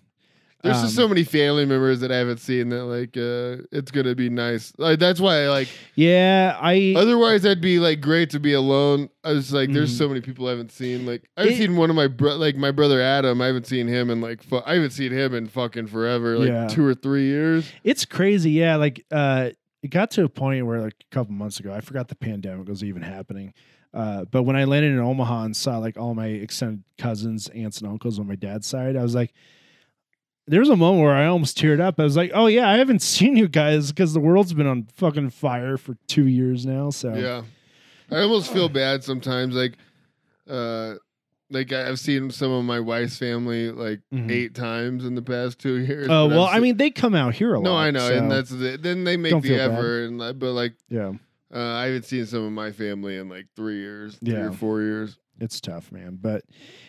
Speaker 2: There's
Speaker 1: Um,
Speaker 2: just so many family members that I haven't seen that like uh it's gonna be nice. Like that's why like
Speaker 1: Yeah, I
Speaker 2: otherwise I'd be like great to be alone. I was like, there's
Speaker 1: Mhm.
Speaker 2: so many people I haven't seen. Like I've
Speaker 1: It-
Speaker 2: seen one of my bro- like my brother Adam. I haven't seen him in like fu- I haven't seen him in fucking forever, like
Speaker 1: Yeah.
Speaker 2: two or three years.
Speaker 1: it's crazy. Yeah, like uh it got to a point where like a couple months ago, I forgot the pandemic was even happening. Uh, but when I landed in Omaha and saw like all my extended cousins, aunts, and uncles on my dad's side, I was like, there was a moment where I almost teared up. I was like, oh yeah, I haven't seen you guys because the world's been on fucking fire for two years now. So
Speaker 2: Yeah. I almost feel bad sometimes. Like, uh, like I- I've seen some of my wife's family like
Speaker 1: Mhm.
Speaker 2: eight times in the past two years.
Speaker 1: Oh
Speaker 2: but
Speaker 1: well,
Speaker 2: I've
Speaker 1: I
Speaker 2: se-
Speaker 1: mean, they come out here a lot.
Speaker 2: no, I know,
Speaker 1: so,
Speaker 2: and that's the, then they make
Speaker 1: Don't
Speaker 2: the
Speaker 1: feel bad.
Speaker 2: effort, and like- but like
Speaker 1: yeah,
Speaker 2: uh, I haven't seen some of my family in like three years, three
Speaker 1: Yeah.
Speaker 2: or four years.
Speaker 1: it's tough, man. But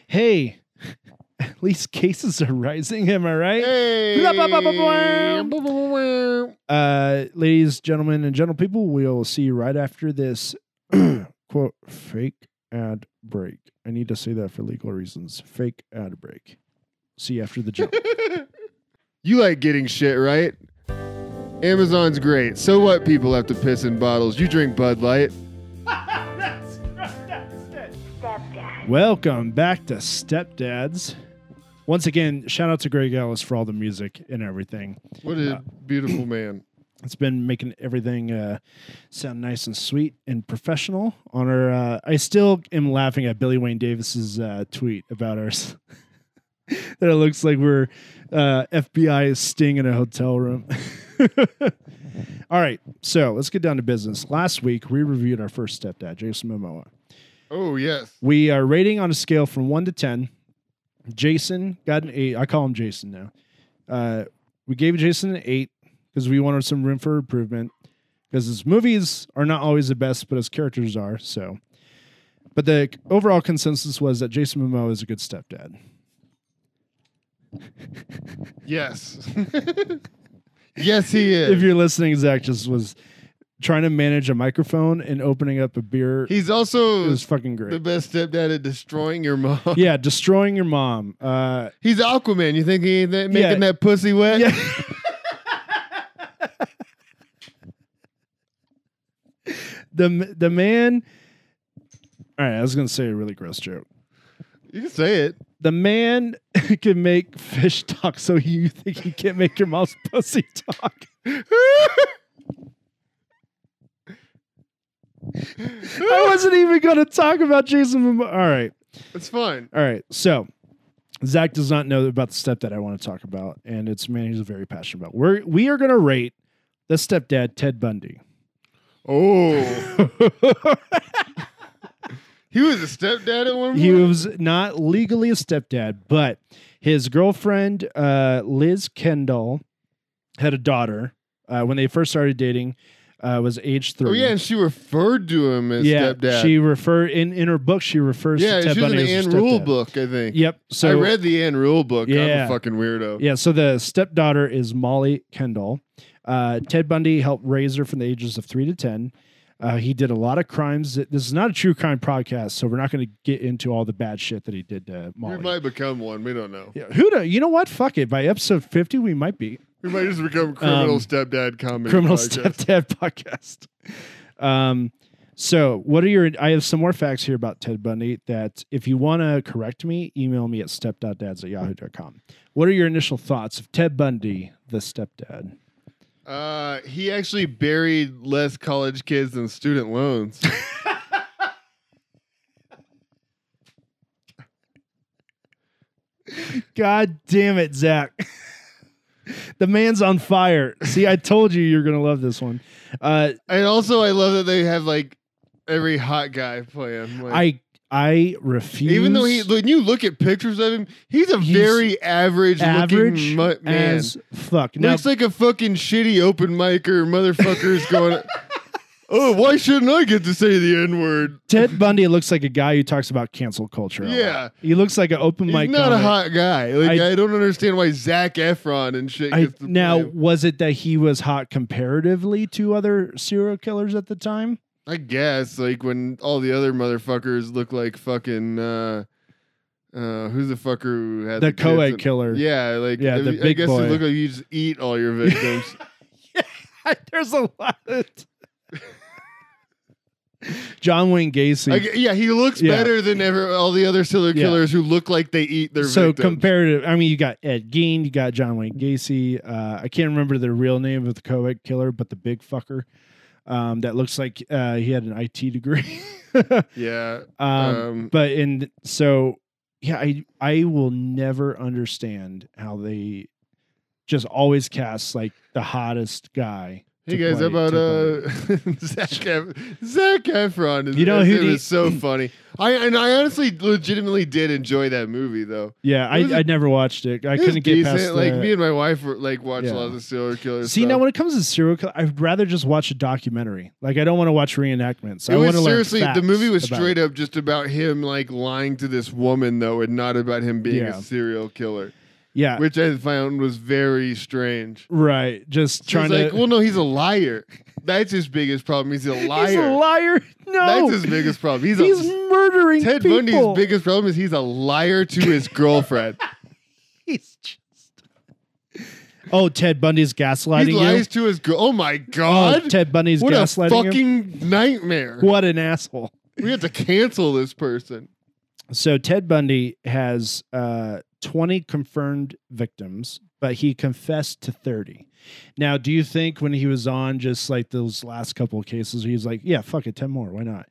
Speaker 1: hey, at least cases are rising. Am I right?
Speaker 2: Hey,
Speaker 1: Blah, blah, blah, blah, blah. uh, ladies, gentlemen, and gentle people, we'll see you right after this quote fake ad break. I need to say that for legal reasons. Fake ad break. See you after the jump.
Speaker 2: you like getting shit right. Amazon's great. So what? People have to piss in bottles. You drink Bud Light.
Speaker 1: Welcome back to Stepdads. Once again, shout out to Greg Ellis for all the music and everything.
Speaker 2: What a beautiful man.
Speaker 1: It's been making everything uh, sound nice and sweet and professional. On our, uh, I still am laughing at Billy Wayne Davis's uh, tweet about ours. that it looks like we're uh, FBI sting in a hotel room. All right, so let's get down to business. Last week we reviewed our first stepdad, Jason Momoa.
Speaker 2: Oh yes.
Speaker 1: We are rating on a scale from one to ten. Jason got an eight. I call him Jason now. Uh, we gave Jason an eight because we wanted some room for improvement. Because his movies are not always the best, but his characters are. So, but the overall consensus was that Jason Momoa is a good stepdad.
Speaker 2: Yes. yes, he is.
Speaker 1: If you're listening, Zach just was trying to manage a microphone and opening up a beer.
Speaker 2: He's
Speaker 1: it
Speaker 2: also
Speaker 1: was fucking
Speaker 2: the
Speaker 1: great.
Speaker 2: best stepdad at destroying your mom.
Speaker 1: Yeah, destroying your mom. Uh,
Speaker 2: He's Aquaman. You think he ain't that, making
Speaker 1: Yeah.
Speaker 2: that pussy wet?
Speaker 1: Yeah. the the man All right, I was gonna say a really gross joke.
Speaker 2: You can say it.
Speaker 1: The man can make fish talk, so you think he can't make your mom's pussy talk? I wasn't even gonna talk about Jason Momoa. All right,
Speaker 2: It's fine.
Speaker 1: all right. So Zach does not know about the step that I want to talk about, and it's a man he's very passionate about. We're we are gonna rate the stepdad Ted Bundy.
Speaker 2: Oh, he was a stepdad at one point.
Speaker 1: he was not legally a stepdad, but his girlfriend, uh, Liz Kendall, had a daughter uh, when they first started dating. Uh, was age three.
Speaker 2: oh yeah, and she referred to him as
Speaker 1: yeah.
Speaker 2: stepdad.
Speaker 1: She refer in in her book. She refers
Speaker 2: yeah,
Speaker 1: to Ted
Speaker 2: she was in
Speaker 1: Bundy
Speaker 2: the
Speaker 1: as
Speaker 2: Anne
Speaker 1: her
Speaker 2: Rule
Speaker 1: stepdad.
Speaker 2: book, I think.
Speaker 1: Yep. So
Speaker 2: I read the Anne Rule book. I'm
Speaker 1: Yeah.
Speaker 2: a fucking weirdo.
Speaker 1: Yeah, so the stepdaughter is Molly Kendall. Uh, Ted Bundy helped raise her from the ages of three to 10. Uh, he did a lot of crimes. This is not a true crime podcast, so we're not going to get into all the bad shit that he did to
Speaker 2: We
Speaker 1: Molly.
Speaker 2: might become one. We don't know.
Speaker 1: yeah, who do you know what? Fuck it. By episode 50, we might be
Speaker 2: We might just become criminal
Speaker 1: Um,
Speaker 2: stepdad comedy.
Speaker 1: criminal
Speaker 2: podcast.
Speaker 1: stepdad podcast. Um, so what are your, I have some more facts here about Ted Bundy that if you want to correct me, email me at stepdaddads at yahoo.com. What are your initial thoughts of Ted Bundy, the stepdad?
Speaker 2: Uh, he actually buried less college kids than student loans.
Speaker 1: God damn it, Zach. the man's on fire. See, I told you you're gonna love this one. Uh,
Speaker 2: and also, I love that they have like every hot guy play him. Like,
Speaker 1: I I refuse.
Speaker 2: even though he, when you look at pictures of him, he's a
Speaker 1: He's
Speaker 2: very average,
Speaker 1: average
Speaker 2: looking mu- man.
Speaker 1: as fuck. Now,
Speaker 2: Looks like a fucking shitty open micer. Motherfuckers going. Oh, why shouldn't I get to say the n word?
Speaker 1: Ted Bundy looks like a guy who talks about cancel culture. a lot.
Speaker 2: Yeah.
Speaker 1: he looks like an open
Speaker 2: He's
Speaker 1: mic.
Speaker 2: not a
Speaker 1: comic.
Speaker 2: hot guy. Like I,
Speaker 1: I-
Speaker 2: don't understand why Zach Efron and shit.
Speaker 1: I,
Speaker 2: Gets to
Speaker 1: now,
Speaker 2: play him.
Speaker 1: was it that he was hot comparatively to other serial killers at the time?
Speaker 2: I guess like when all the other motherfuckers look like fucking uh uh who's the fucker who had
Speaker 1: The
Speaker 2: kids
Speaker 1: co-ed
Speaker 2: and-
Speaker 1: killer.
Speaker 2: Yeah, like
Speaker 1: Yeah,
Speaker 2: I,
Speaker 1: the
Speaker 2: I
Speaker 1: big
Speaker 2: guess
Speaker 1: boy.
Speaker 2: it looked like you just eat all your victims.
Speaker 1: There's a lot. Of John Wayne Gacy.
Speaker 2: I g yeah, he looks
Speaker 1: Yeah.
Speaker 2: better than ever all the other serial
Speaker 1: Yeah.
Speaker 2: killers who look like they eat their
Speaker 1: so
Speaker 2: victims.
Speaker 1: comparative. I mean, you got Ed Gein, you got John Wayne Gacy. Uh, I can't remember the real name of the co-ed killer, but the big fucker um, that looks like uh, he had an IT degree. um,
Speaker 2: yeah. Um,
Speaker 1: but in so yeah, I I will never understand how they just always cast like the hottest guy.
Speaker 2: Hey
Speaker 1: to
Speaker 2: guys, how
Speaker 1: play-
Speaker 2: about
Speaker 1: to play.
Speaker 2: uh, Zach, Ef- Zach Efron? Is,
Speaker 1: You know
Speaker 2: is-
Speaker 1: who
Speaker 2: it
Speaker 1: the-
Speaker 2: was so funny. I and I honestly, legitimately did enjoy that movie though.
Speaker 1: yeah, I,
Speaker 2: was a-
Speaker 1: I never watched it. I
Speaker 2: It was
Speaker 1: couldn't get
Speaker 2: decent.
Speaker 1: past
Speaker 2: like
Speaker 1: the-
Speaker 2: me and my wife were like watch
Speaker 1: Yeah.
Speaker 2: a lot of the serial killers.
Speaker 1: See now, when it comes to serial killer, I'd rather just watch a documentary. Like I don't want to watch reenactments. I
Speaker 2: it
Speaker 1: want
Speaker 2: was
Speaker 1: to learn.
Speaker 2: seriously the movie was straight
Speaker 1: up.
Speaker 2: up just about him like lying to this woman though, and not about him being
Speaker 1: Yeah. Uh,
Speaker 2: a serial killer,
Speaker 1: Yeah,
Speaker 2: which I found was very strange.
Speaker 1: right. Just
Speaker 2: She was
Speaker 1: trying to.
Speaker 2: like, well, no, he's a liar. That's his biggest problem. He's a liar.
Speaker 1: He's a liar. No,
Speaker 2: That's his biggest problem. He's,
Speaker 1: He's,
Speaker 2: a
Speaker 1: murdering
Speaker 2: Ted
Speaker 1: people.
Speaker 2: Bundy's biggest problem is he's a liar to his girlfriend.
Speaker 1: He's just. Oh, Ted Bundy's gaslighting
Speaker 2: he
Speaker 1: you.
Speaker 2: lies to his girl. Oh my
Speaker 1: Oh,
Speaker 2: god!
Speaker 1: Ted Bundy's
Speaker 2: what a
Speaker 1: gaslighting you.
Speaker 2: fucking nightmare.
Speaker 1: What an asshole.
Speaker 2: We have to cancel this person.
Speaker 1: So Ted Bundy has uh, 20 confirmed victims, but he confessed to 30. Now, do you think when he was on just like those last couple of cases, he was like, yeah, fuck it, 10 more, why not?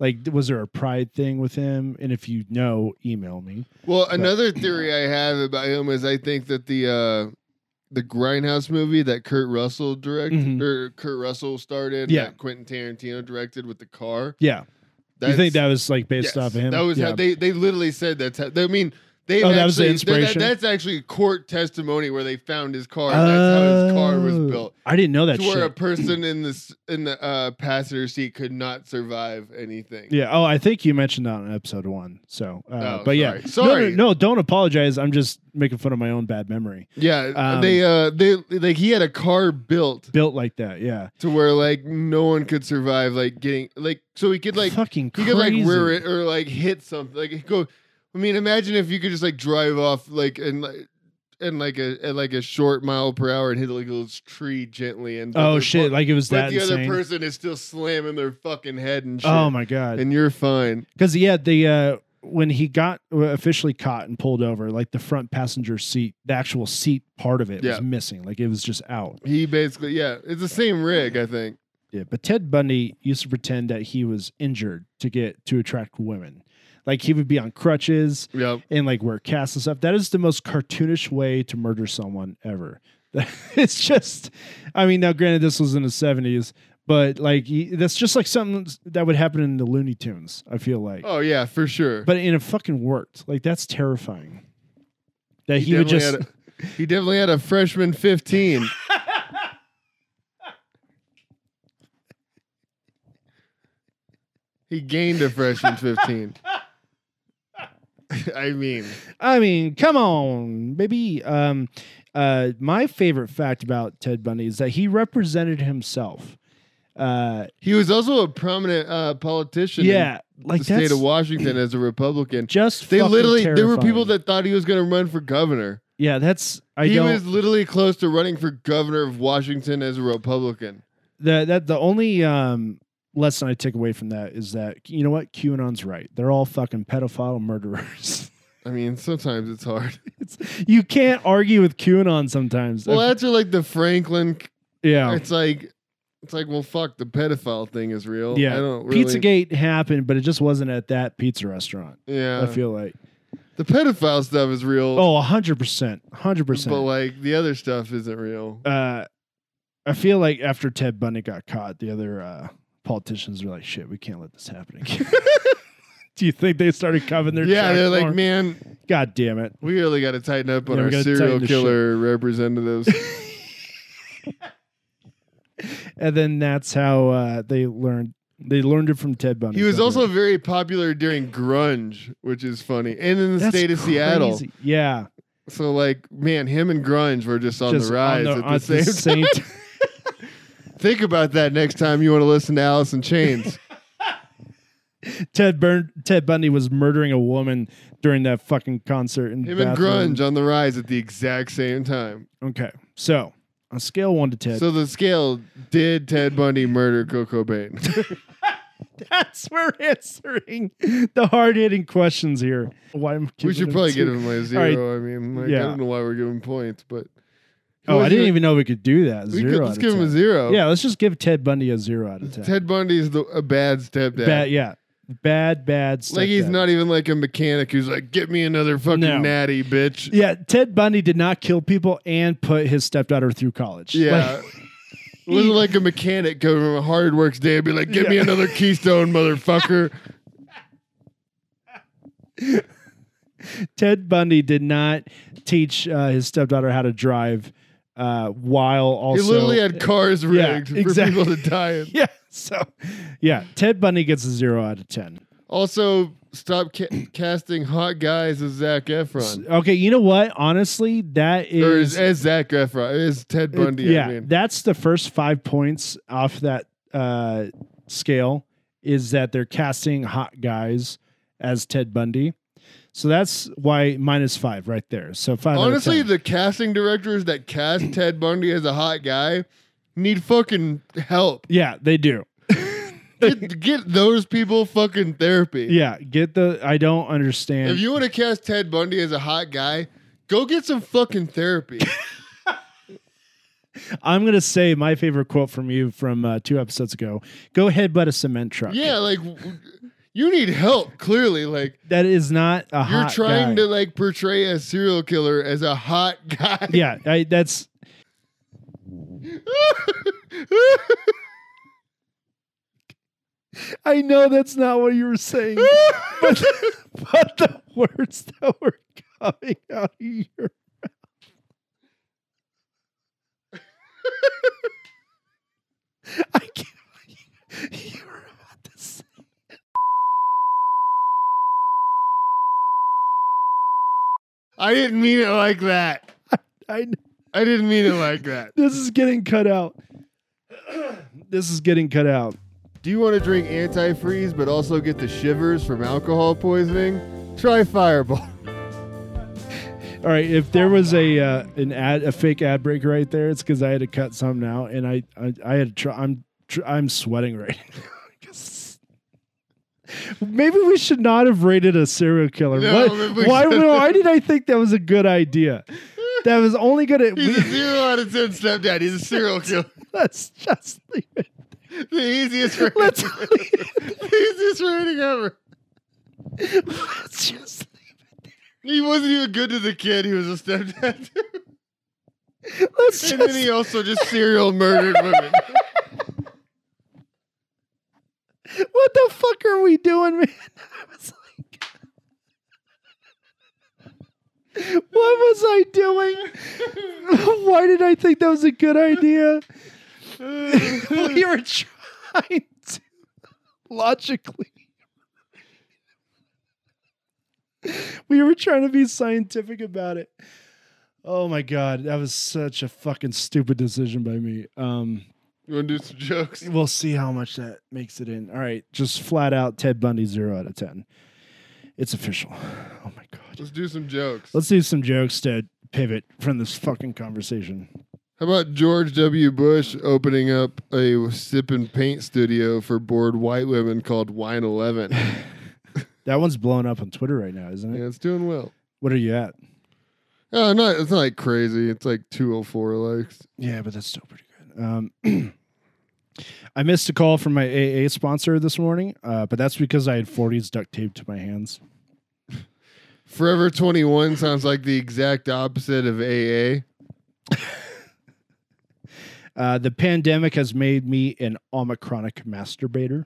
Speaker 1: Like, was there a pride thing with him? And if you know, email me.
Speaker 2: Well, another theory I have about him is I think that the uh, the Grindhouse movie that Kurt Russell directed
Speaker 1: Mhm.
Speaker 2: or Kurt Russell starred in,
Speaker 1: Yeah.
Speaker 2: that Quentin Tarantino directed with the car.
Speaker 1: Yeah. you think that was like
Speaker 2: yes,
Speaker 1: based off of him?
Speaker 2: That was
Speaker 1: yeah.
Speaker 2: how they they literally said that's how. I mean. They
Speaker 1: Oh,
Speaker 2: actually,
Speaker 1: that was the
Speaker 2: that-
Speaker 1: inspiration?
Speaker 2: That, that's actually court testimony where they found his car. And that's how his car was
Speaker 1: Oh.
Speaker 2: built.
Speaker 1: I didn't know that
Speaker 2: to where a
Speaker 1: shit.
Speaker 2: person in this in the uh, passenger seat could not survive anything.
Speaker 1: Yeah. Oh, I think you mentioned that on episode one. So, uh,
Speaker 2: Oh,
Speaker 1: but yeah.
Speaker 2: sorry. Sorry.
Speaker 1: No, no, no, don't apologize. I'm just making fun of my own bad memory.
Speaker 2: Yeah,
Speaker 1: Um,
Speaker 2: they uh they like he had a car built
Speaker 1: Built like that. Yeah.
Speaker 2: to where like no one could survive like getting like so he could like
Speaker 1: fucking
Speaker 2: he
Speaker 1: crazy.
Speaker 2: could like rear it or like hit something like go. I mean, imagine if you could just like drive off like and like. and like a at like a short mile per hour and hit like a little tree gently and
Speaker 1: Oh shit! Like it was
Speaker 2: but
Speaker 1: that
Speaker 2: the other
Speaker 1: insane.
Speaker 2: person is still slamming their fucking head and shit.
Speaker 1: oh my god!
Speaker 2: and you're fine.
Speaker 1: Because yeah, the uh, when he got uh, officially caught and pulled over, like the front passenger seat, the actual seat part of it
Speaker 2: Yeah.
Speaker 1: was missing. Like it was just out.
Speaker 2: He basically yeah, it's the same rig I think.
Speaker 1: Yeah, but Ted Bundy used to pretend that he was injured to get to attract women. Like he would be on crutches
Speaker 2: Yep.
Speaker 1: and like wear casts and stuff. That is the most cartoonish way to murder someone ever. it's just, I mean, now granted, this was in the seventies, but like y- that's just like something that would happen in the Looney Tunes. I feel like,
Speaker 2: Oh yeah, for sure.
Speaker 1: but and it fucking worked. Like that's terrifying. That he, would just
Speaker 2: definitely had a, he definitely had a freshman 15 he gained a freshman 15 i mean
Speaker 1: I mean, come on, baby. Um, uh, my favorite fact about Ted Bundy is that he represented himself. Uh,
Speaker 2: he was also a prominent uh, politician
Speaker 1: yeah,
Speaker 2: in
Speaker 1: like
Speaker 2: the state
Speaker 1: that's
Speaker 2: of washington as a republican
Speaker 1: just
Speaker 2: they
Speaker 1: fucking
Speaker 2: literally there were people
Speaker 1: terrifying.
Speaker 2: that thought he was going to run for governor
Speaker 1: yeah, that's I
Speaker 2: he
Speaker 1: don't
Speaker 2: was literally close to running for governor of washington as a republican
Speaker 1: the that the only um lesson I take away from that is that you know what QAnon's right. They're all fucking pedophile murderers.
Speaker 2: i mean sometimes it's hard
Speaker 1: it's, you can't argue with QAnon sometimes.
Speaker 2: well
Speaker 1: I-
Speaker 2: after like the franklin
Speaker 1: yeah.
Speaker 2: It's like it's like well fuck the pedophile thing is real.
Speaker 1: Yeah.
Speaker 2: I don't really
Speaker 1: Pizzagate happened, but it just wasn't at that pizza restaurant. I
Speaker 2: Yeah.
Speaker 1: feel like.
Speaker 2: the pedophile stuff is real.
Speaker 1: Oh, 100%. 100%.
Speaker 2: but like the other stuff isn't real.
Speaker 1: uh, I feel like after Ted Bundy got caught, the other uh, politicians were like, "Shit, we can't let this happen again." Do you think they started covering their?
Speaker 2: yeah,
Speaker 1: tracks
Speaker 2: they're like,
Speaker 1: more?
Speaker 2: man,
Speaker 1: "God damn it!"
Speaker 2: we really got to tighten up on
Speaker 1: Yeah, we
Speaker 2: our
Speaker 1: gotta
Speaker 2: serial
Speaker 1: tighten this
Speaker 2: killer representatives.
Speaker 1: And then that's how uh, they learned. They learned it from Ted Bundy.
Speaker 2: he was
Speaker 1: Don't
Speaker 2: also
Speaker 1: worry.
Speaker 2: very popular during grunge, which is funny, and in the
Speaker 1: That's
Speaker 2: state of Seattle.
Speaker 1: crazy. Yeah,
Speaker 2: So like, man, him and grunge were just on
Speaker 1: just
Speaker 2: the rise
Speaker 1: on
Speaker 2: at the same. time.
Speaker 1: same time.
Speaker 2: Think about that next time you want to listen to Alice in Chains.
Speaker 1: Ted Burn Ted Bundy was murdering a woman during that fucking concert in
Speaker 2: him and
Speaker 1: bathroom.
Speaker 2: grunge on the rise at the exact same time.
Speaker 1: Okay, so on a scale of one to ten,
Speaker 2: So the scale did Ted Bundy murder Coco Cobain?
Speaker 1: That's we're answering the hard hitting questions here. Why am
Speaker 2: we should probably
Speaker 1: two-
Speaker 2: give him like zero.
Speaker 1: right.
Speaker 2: I mean, like, I
Speaker 1: Yeah.
Speaker 2: don't know why we're giving points, but
Speaker 1: Oh, I didn't even know we could do that.
Speaker 2: We
Speaker 1: Zero.
Speaker 2: could,
Speaker 1: out
Speaker 2: let's
Speaker 1: of
Speaker 2: give him a
Speaker 1: 10.
Speaker 2: zero.
Speaker 1: Yeah, let's just give Ted Bundy a zero out of ten.
Speaker 2: Ted Bundy's the, a bad stepdad.
Speaker 1: bad, yeah, bad, bad.
Speaker 2: like he's
Speaker 1: stepdad.
Speaker 2: not even like a mechanic who's like, get me another fucking
Speaker 1: No.
Speaker 2: natty, bitch.
Speaker 1: Yeah, Ted Bundy did not kill people and put his stepdaughter through college.
Speaker 2: Yeah.
Speaker 1: Like,
Speaker 2: It wasn't like a mechanic coming from a hard works day and be like, get me
Speaker 1: Yeah.
Speaker 2: another Keystone, motherfucker.
Speaker 1: Ted Bundy did not teach uh, his stepdaughter how to drive uh, while
Speaker 2: he
Speaker 1: also
Speaker 2: literally had cars
Speaker 1: Yeah,
Speaker 2: rigged for
Speaker 1: exactly.
Speaker 2: people to die in.
Speaker 1: yeah. So yeah, Ted Bundy gets a zero out of ten.
Speaker 2: Also, stop ca- casting hot guys as Zach Efron.
Speaker 1: Okay, you know what? Honestly, that is,
Speaker 2: or is, as Zach Efron is Ted
Speaker 1: it-
Speaker 2: Bundy.
Speaker 1: yeah,
Speaker 2: I mean,
Speaker 1: that's the first five points off that uh, scale is that they're casting hot guys as Ted Bundy. So that's why minus five right there. So five. out of
Speaker 2: honestly,
Speaker 1: 10.
Speaker 2: the casting directors that cast Ted Bundy as a hot guy need fucking help.
Speaker 1: yeah, they do.
Speaker 2: Get, get those people fucking therapy.
Speaker 1: Yeah, get the. I don't understand.
Speaker 2: If you want to cast Ted Bundy as a hot guy, go get some fucking therapy.
Speaker 1: I'm gonna say my favorite quote from you from uh, two episodes ago. Go headbutt a cement truck.
Speaker 2: yeah, like you need help. Clearly, like
Speaker 1: that is not a
Speaker 2: you're
Speaker 1: hot
Speaker 2: trying
Speaker 1: guy.
Speaker 2: to like portray a serial killer as a hot guy.
Speaker 1: Yeah, I, that's I know that's not what you were saying, but, but the words that were coming out of your mouth. I can't. You were about to say.
Speaker 2: I didn't mean it like that.
Speaker 1: I,
Speaker 2: I didn't mean it like that.
Speaker 1: this is getting cut out. this is getting cut out.
Speaker 2: Do you want to drink antifreeze but also get the shivers from alcohol poisoning? Try Fireball.
Speaker 1: All right, if there was a uh, an ad, a fake ad break right there, it's because I had to cut something out, and I I, I had to try. I'm tr- I'm sweating right. now. 'Cause- Maybe we should not have rated a serial killer.
Speaker 2: No,
Speaker 1: What-
Speaker 2: maybe we
Speaker 1: why?
Speaker 2: shouldn't.
Speaker 1: Why did I think that was a good idea? That was only good at.
Speaker 2: He's a
Speaker 1: We,
Speaker 2: zero out of ten stepdad. He's a serial killer.
Speaker 1: let's just leave it.
Speaker 2: The easiest rating,
Speaker 1: Let's leave it.
Speaker 2: the easiest rating ever.
Speaker 1: Let's just
Speaker 2: He wasn't even good to the kid. He was a stepdad.
Speaker 1: leave, let's just
Speaker 2: and then he also just serial murdered women.
Speaker 1: What the fuck are we doing, man? I was like, what was I doing? Why did I think that was a good idea? we were trying to logically. we were trying to be scientific about it. Oh my god, that was such a fucking stupid decision by me. Um,
Speaker 2: You want to do some jokes?
Speaker 1: We'll see how much that makes it in. All right, just flat out Ted Bundy zero out of ten. It's official. Oh my god.
Speaker 2: Let's do some jokes.
Speaker 1: Let's do some jokes to pivot from this fucking conversation.
Speaker 2: How about George W. Bush opening up a sip and paint studio for bored white women called Wine Eleven? yeah,
Speaker 1: That one's blowing up on Twitter right now, isn't it?
Speaker 2: it's doing well.
Speaker 1: What are you at?
Speaker 2: Oh, not it's not like crazy. It's like two oh four likes.
Speaker 1: Yeah, but that's still pretty good. Um, I missed a call from my AA sponsor this morning, uh, but that's because I had 40s duct taped to my hands.
Speaker 2: Forever twenty one sounds like the exact opposite of AA.
Speaker 1: Uh, the pandemic has made me an omicronic masturbator.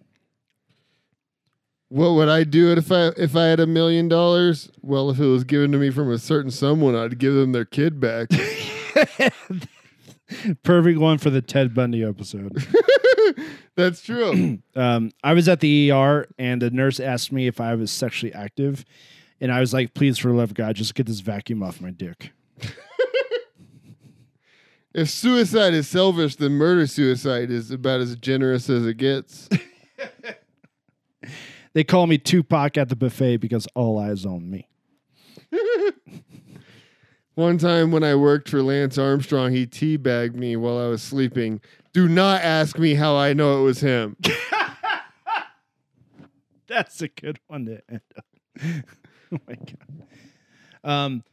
Speaker 2: What would I do if I if I had a million dollars? Well, if it was given to me from a certain someone, I'd give them their kid back.
Speaker 1: Perfect one for the Ted Bundy episode.
Speaker 2: That's true.
Speaker 1: um, I was at the ER and the nurse asked me if I was sexually active, and I was like, "Please, for the love of God, just get this vacuum off my dick."
Speaker 2: if suicide is selfish, then murder suicide is about as generous as it gets.
Speaker 1: They call me Tupac at the buffet because all eyes on me.
Speaker 2: One time when I worked for Lance Armstrong, he teabagged me while I was sleeping. Do not ask me how I know it was him.
Speaker 1: That's a good one to end up. oh my god. Um,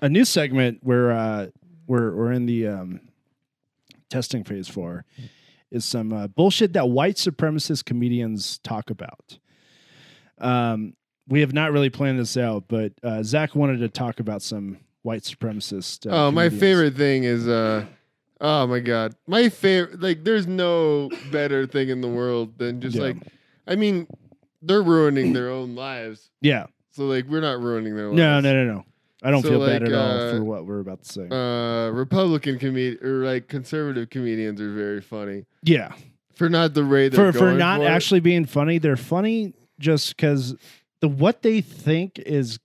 Speaker 1: a new segment we're uh, we're we're in the um, testing phase for is some uh, bullshit that white supremacist comedians talk about. Um, we have not really planned this out, but uh, Zach wanted to talk about some white supremacist. Uh,
Speaker 2: Oh, my
Speaker 1: comedians.
Speaker 2: favorite thing is uh oh my god. My favorite like there's no better thing in the world than just
Speaker 1: Yeah.
Speaker 2: like I mean, they're ruining their own lives.
Speaker 1: Yeah.
Speaker 2: So like we're not ruining their lives.
Speaker 1: No, no, no, no. I don't
Speaker 2: So,
Speaker 1: feel bad
Speaker 2: like,
Speaker 1: at all
Speaker 2: uh,
Speaker 1: for what we're about to say.
Speaker 2: Uh Republican comedian or like conservative comedians are very funny.
Speaker 1: yeah.
Speaker 2: For not the way they're
Speaker 1: for for
Speaker 2: going
Speaker 1: not
Speaker 2: for it.
Speaker 1: actually being funny. They're funny just because the what they think is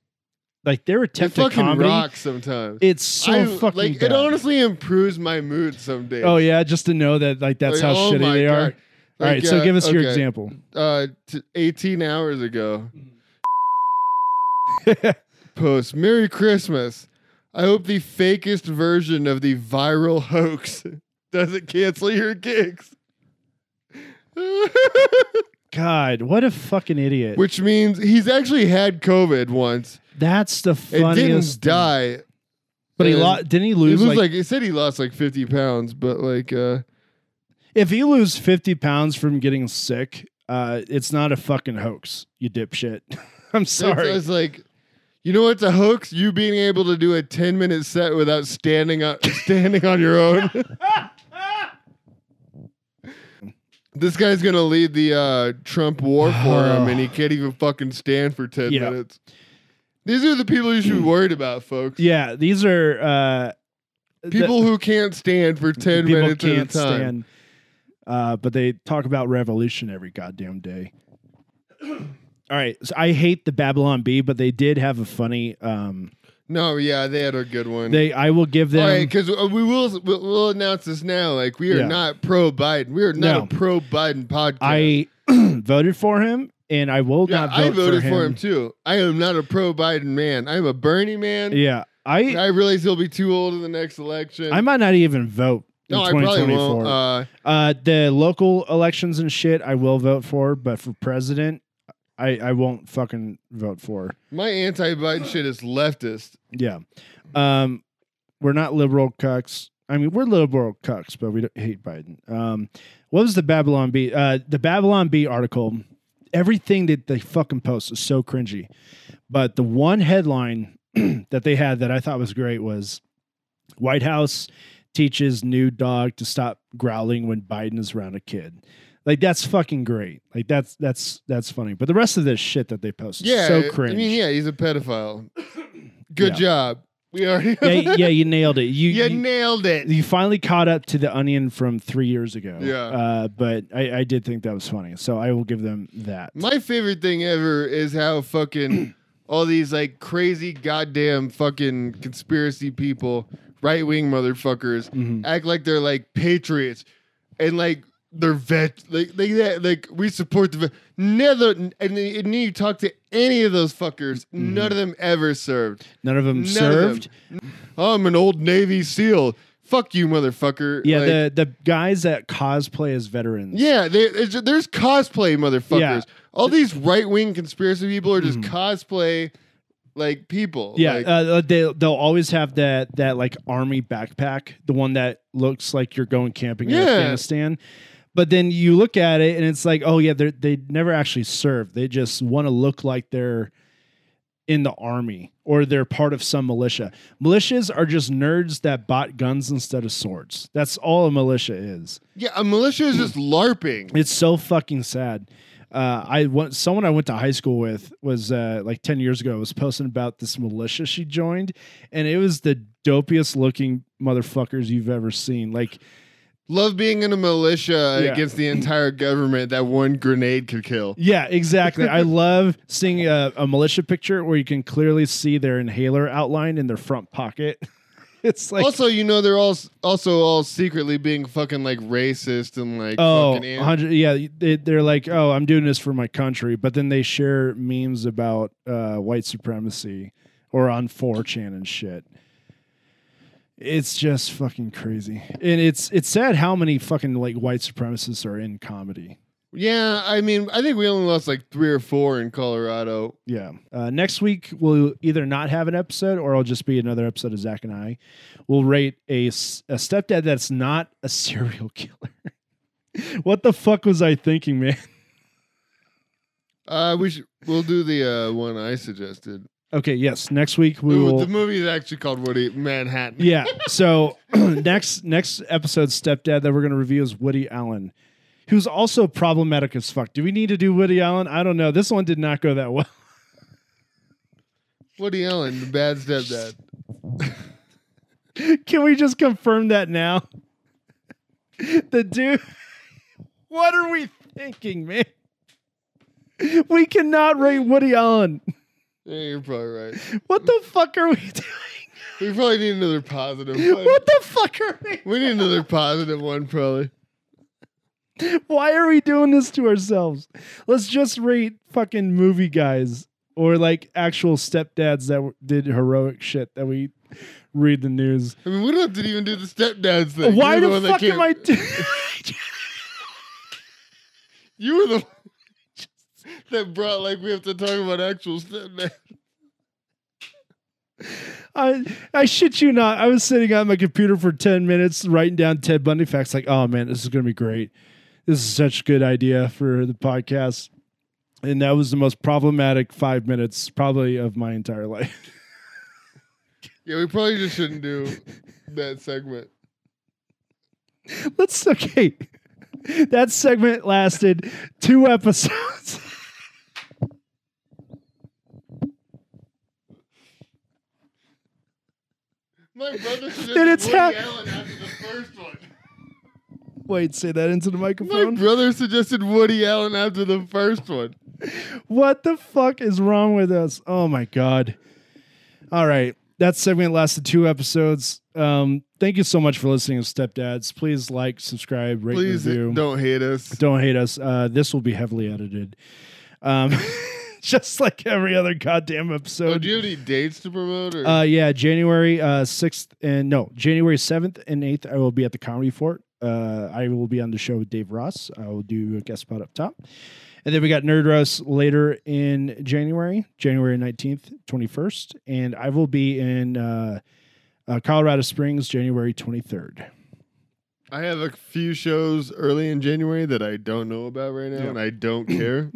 Speaker 1: like their
Speaker 2: they
Speaker 1: attempt at
Speaker 2: fucking
Speaker 1: comedy.
Speaker 2: rock sometimes.
Speaker 1: It's so
Speaker 2: I-
Speaker 1: fucking
Speaker 2: like it
Speaker 1: bad.
Speaker 2: honestly improves my mood some days.
Speaker 1: Oh yeah, just to know that like that's
Speaker 2: Like,
Speaker 1: how
Speaker 2: oh
Speaker 1: shitty
Speaker 2: my
Speaker 1: they are.
Speaker 2: God.
Speaker 1: All right,
Speaker 2: Like,
Speaker 1: so
Speaker 2: uh,
Speaker 1: give us your
Speaker 2: okay,
Speaker 1: example.
Speaker 2: Uh, t- 18 hours ago,
Speaker 1: Mm-hmm.
Speaker 2: post Merry Christmas. I hope the fakest version of the viral hoax doesn't cancel your gigs.
Speaker 1: God, what a fucking idiot.
Speaker 2: Which means he's actually had COVID once.
Speaker 1: that's the
Speaker 2: It
Speaker 1: funniest.
Speaker 2: didn't
Speaker 1: thing.
Speaker 2: die.
Speaker 1: but he
Speaker 2: and
Speaker 1: lost. Didn't he
Speaker 2: He
Speaker 1: lose?
Speaker 2: lose like,
Speaker 1: like,
Speaker 2: he said he lost like 50 pounds, but like uh
Speaker 1: if you lose fifty pounds from getting sick, uh, it's not a fucking hoax. You dipshit. I'm
Speaker 2: I
Speaker 1: sorry.
Speaker 2: was like you know what's a hoax? You being able to do a 10 minute set without standing up standing on your own. This guy's gonna lead the uh, Trump war for him, and he can't even fucking stand for ten
Speaker 1: Yeah. Mm.
Speaker 2: minutes. These are the people you should be worried about, folks.
Speaker 1: Yeah, these are uh, the-
Speaker 2: People who can't stand for ten
Speaker 1: people
Speaker 2: minutes at a time.
Speaker 1: can't stand. Uh, but they talk about revolution every goddamn day. All right, so I hate the Babylon Bee, but they did have a funny. Um,
Speaker 2: No, yeah, they had a good one.
Speaker 1: they, I will give them.
Speaker 2: All right, because we will we'll, we'll announce this now. Like we are
Speaker 1: Yeah.
Speaker 2: not pro Biden. We are not
Speaker 1: No.
Speaker 2: a pro Biden podcast.
Speaker 1: I voted for him, and I will
Speaker 2: Yeah,
Speaker 1: not vote
Speaker 2: I voted
Speaker 1: for him.
Speaker 2: for him too. I am not a pro Biden man. I'm a Bernie man.
Speaker 1: Yeah, I
Speaker 2: I realize he'll be too old in the next election.
Speaker 1: I might not even vote.
Speaker 2: no,
Speaker 1: in
Speaker 2: I probably
Speaker 1: 2024.
Speaker 2: won't. Uh,
Speaker 1: Uh, the local elections and shit, I will vote for, but for president, I, I won't fucking vote for.
Speaker 2: my anti-Biden shit is leftist.
Speaker 1: Yeah,
Speaker 2: Mm-hmm.
Speaker 1: um, we're not liberal cucks. I mean, we're liberal cucks, but we don't hate Biden. Um, what was the Babylon Bee? Uh, the Babylon Bee article. Everything that they fucking post is so cringy, but the one headline that they had that I thought was great was White House teaches new dog to stop growling when Biden is around a kid. Like that's fucking great. Like that's that's that's funny. But the rest of this shit that they post is
Speaker 2: Yeah,
Speaker 1: so cringe.
Speaker 2: I mean, yeah, he's a pedophile. Good
Speaker 1: Yeah.
Speaker 2: job. We already.
Speaker 1: yeah, yeah, you nailed it. You,
Speaker 2: you,
Speaker 1: you
Speaker 2: nailed it.
Speaker 1: you finally caught up to the onion from three years ago.
Speaker 2: Yeah.
Speaker 1: Uh, but I, I did think that was funny. So I will give them that.
Speaker 2: My favorite thing ever is how fucking all these like crazy goddamn fucking conspiracy people, right wing motherfuckers,
Speaker 1: Mhm.
Speaker 2: act like they're like patriots and like they're vet like like that like we support the vet. Neither and, then- and then you talk to any of those fuckers,
Speaker 1: Mm-hmm.
Speaker 2: none of them ever served.
Speaker 1: None of them
Speaker 2: None
Speaker 1: served.
Speaker 2: Of them. I'm an old Navy SEAL. Fuck you, motherfucker.
Speaker 1: Yeah,
Speaker 2: Like,
Speaker 1: the, the guys that cosplay as veterans.
Speaker 2: yeah. They, it's ju- there's cosplay, motherfuckers.
Speaker 1: Yeah. Mm-hmm.
Speaker 2: All these right wing conspiracy people are just cosplay like people.
Speaker 1: Yeah,
Speaker 2: Like,
Speaker 1: uh, they they'll always have that that like army backpack, the one that looks like you're going camping in
Speaker 2: Yeah.
Speaker 1: Afghanistan. But then you look at it and it's like, oh yeah, they they never actually served. They just want to look like they're in the army or they're part of some militia. Militias are just nerds that bought guns instead of swords. That's all a militia is.
Speaker 2: yeah. A militia is just LARPing.
Speaker 1: It's so fucking sad. Uh, I went, someone I went to high school with was uh, like ten years ago was posting about this militia she joined, and it was the dopiest looking motherfuckers you've ever seen. Like,
Speaker 2: Love being in a militia
Speaker 1: Yeah.
Speaker 2: against the entire government that one grenade could kill.
Speaker 1: yeah, exactly. I love seeing a, a militia picture where you can clearly see their inhaler outline in their front pocket. It's like,
Speaker 2: also, you know, they're all s- also all secretly being fucking like racist and like
Speaker 1: oh,
Speaker 2: fucking anti-
Speaker 1: 100 yeah, they, they're like, oh, I'm doing this for my country, but then they share memes about uh, white supremacy or on 4chan and shit. It's just fucking crazy, and it's it's sad how many fucking like white supremacists are in comedy.
Speaker 2: Yeah, I mean, I think we only lost like three or four in Colorado.
Speaker 1: Yeah. Uh, next week we'll either not have an episode, or it'll just be another episode of Zach and I. We'll rate a s- a stepdad that's not a serial killer. what the fuck was I thinking, man?
Speaker 2: Uh, we should, we'll do the uh, one I suggested.
Speaker 1: Okay, yes. Next week we
Speaker 2: Ooh,
Speaker 1: will.
Speaker 2: The movie is actually called Woody Manhattan.
Speaker 1: yeah. So next next episode, stepdad that we're gonna review is Woody Allen, who's also problematic as fuck. Do we need to do Woody Allen? I don't know. This one did not go that well.
Speaker 2: Woody Allen, the bad stepdad.
Speaker 1: Can we just confirm that now? The dude. What are we thinking, man? We cannot rate Woody Allen.
Speaker 2: Yeah, you're probably right.
Speaker 1: What the fuck are we doing?
Speaker 2: We probably need another positive. One.
Speaker 1: What the fuck are we?
Speaker 2: We need another positive one, probably.
Speaker 1: Why are we doing this to ourselves? Let's just rate fucking movie guys or like actual stepdads that w- did heroic shit that we read the news.
Speaker 2: I mean, we don't have to even do the stepdads thing.
Speaker 1: Why
Speaker 2: You're
Speaker 1: the,
Speaker 2: one that
Speaker 1: fuck
Speaker 2: came-
Speaker 1: am I? Do-
Speaker 2: You were the one that brought like we have to talk about actual stepdad.
Speaker 1: I I shit you not. I was sitting on my computer for ten minutes writing down Ted Bundy facts. Like, oh man, this is gonna be great. This is such a good idea for the podcast. And that was the most problematic five minutes probably of my entire life.
Speaker 2: Yeah, we probably just shouldn't do that segment.
Speaker 1: Let's okay. That segment lasted two episodes.
Speaker 2: My brother suggested
Speaker 1: And it's
Speaker 2: Woody
Speaker 1: hap-
Speaker 2: Allen after the first one.
Speaker 1: Wait, say that into the
Speaker 2: My
Speaker 1: microphone.
Speaker 2: brother suggested Woody Allen after the first one.
Speaker 1: What the fuck is wrong with us? Oh my god. All right. That segment lasted two episodes. Um, thank you so much for listening to Stepdads. Please like, subscribe, rate,
Speaker 2: Please
Speaker 1: review.
Speaker 2: don't hate us.
Speaker 1: Don't hate us. Uh, this will be heavily edited. Um, just like every other goddamn
Speaker 2: Oh,
Speaker 1: episode.
Speaker 2: do you have any dates to promote? Or?
Speaker 1: Uh, yeah, January uh sixth and no, January seventh and eighth, I will be at the Comedy Fort. Uh, I will be on the show with Dave Ross. I will do a guest spot up top, and then we got Nerd Roast later in January, January nineteenth, twenty first, and I will be in uh, uh, Colorado Springs, January twenty third.
Speaker 2: I have a few shows early in January that I don't know about right now,
Speaker 1: Yeah.
Speaker 2: and I don't care.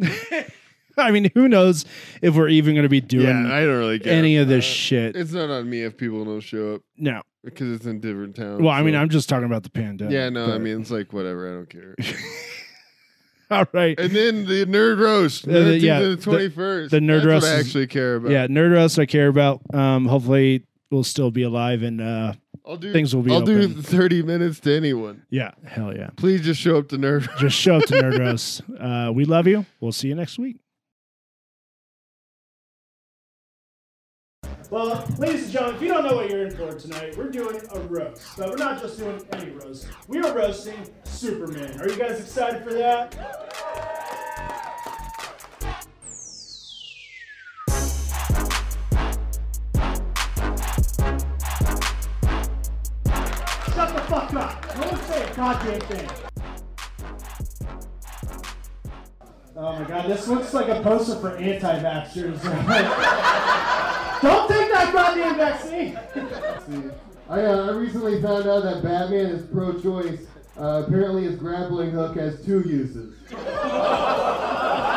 Speaker 1: I mean, who knows if we're even going to be doing
Speaker 2: yeah, I don't really care.
Speaker 1: any of this
Speaker 2: Uh,
Speaker 1: shit?
Speaker 2: It's not on me if people don't show up
Speaker 1: No.
Speaker 2: because it's in different towns.
Speaker 1: Well, I mean,
Speaker 2: so-
Speaker 1: I'm just talking about the pandemic.
Speaker 2: Yeah, no, I
Speaker 1: but-
Speaker 2: mean, it's like whatever. I don't care.
Speaker 1: all right.
Speaker 2: And then the nerd roast,
Speaker 1: Uh, the-
Speaker 2: 19th
Speaker 1: yeah,
Speaker 2: to
Speaker 1: the-
Speaker 2: the twenty first.
Speaker 1: the nerd
Speaker 2: That's
Speaker 1: roast
Speaker 2: What I
Speaker 1: is-
Speaker 2: actually care about.
Speaker 1: Yeah, nerd roast I care about. Um, hopefully we'll still be alive and uh,
Speaker 2: I'll do.
Speaker 1: things will be.
Speaker 2: I'll do
Speaker 1: open.
Speaker 2: thirty minutes to anyone.
Speaker 1: Yeah, hell yeah.
Speaker 2: Please just show up to nerd.
Speaker 1: Just show up to nerd roast. Uh, we love you. We'll see you next week. Well, ladies and gentlemen, if you don't know what you're in for tonight, we're doing a roast. But we're not just doing any roast. We are roasting Superman. Are you guys excited for that? Shut the fuck up! No one say a goddamn thing. Oh my god, this looks like a poster for anti-vaxxers. Don't take that goddamn vaccine!
Speaker 2: I, uh, I recently found out that Batman is pro-choice. Uh, apparently, his grappling hook has two uses.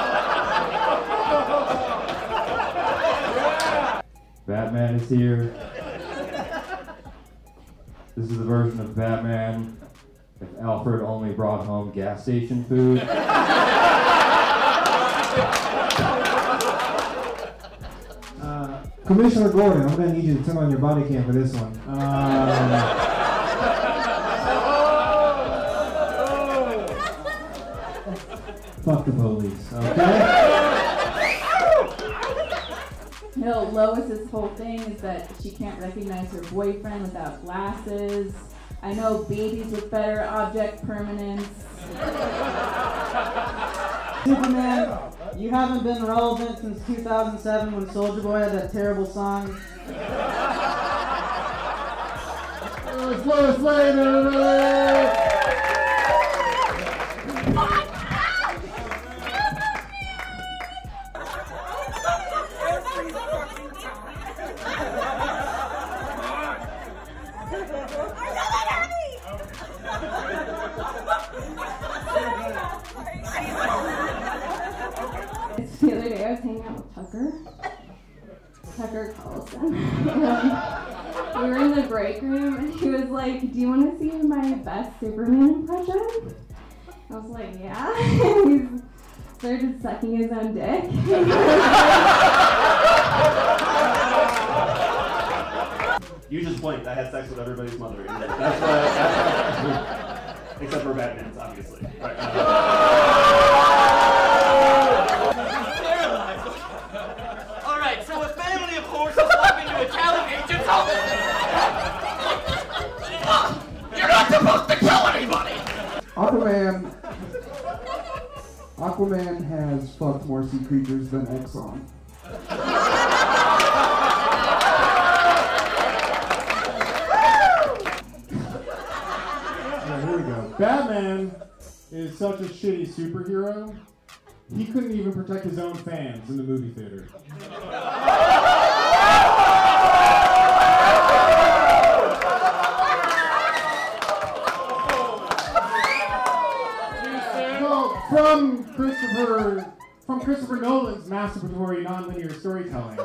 Speaker 3: Batman is here. this is the version of Batman if Alfred only brought home gas station food.
Speaker 4: Commissioner Gordon, I'm gonna need you to turn on your body cam for this one. Um, fuck the police, okay?
Speaker 5: No, Lois's whole thing is that she can't recognize her boyfriend without glasses. I know babies with better object permanence.
Speaker 6: Superman, you haven't been relevant since 2007 when Soldier Boy had that terrible song.
Speaker 2: It's Lois Lane, everybody!
Speaker 5: It's the other day I was hanging out with Tucker. Tucker Carlson. we were in the break room and he was like, Do you want to see my best Superman impression? I was like, Yeah. And he started sucking his own dick.
Speaker 7: You just blinked. I had sex with everybody's mother. That's what, that's what- except for Batman's, obviously. Right, uh,
Speaker 8: All right, so a family of horses walk into a talent agent's office. You're not supposed to kill anybody.
Speaker 4: Aquaman. Aquaman has fucked more sea creatures than Exxon. Yeah, here we go. Batman is such a shitty superhero. He couldn't even protect his own fans in the movie theater. Well, from Christopher, from Christopher Nolan's masturbatory nonlinear storytelling.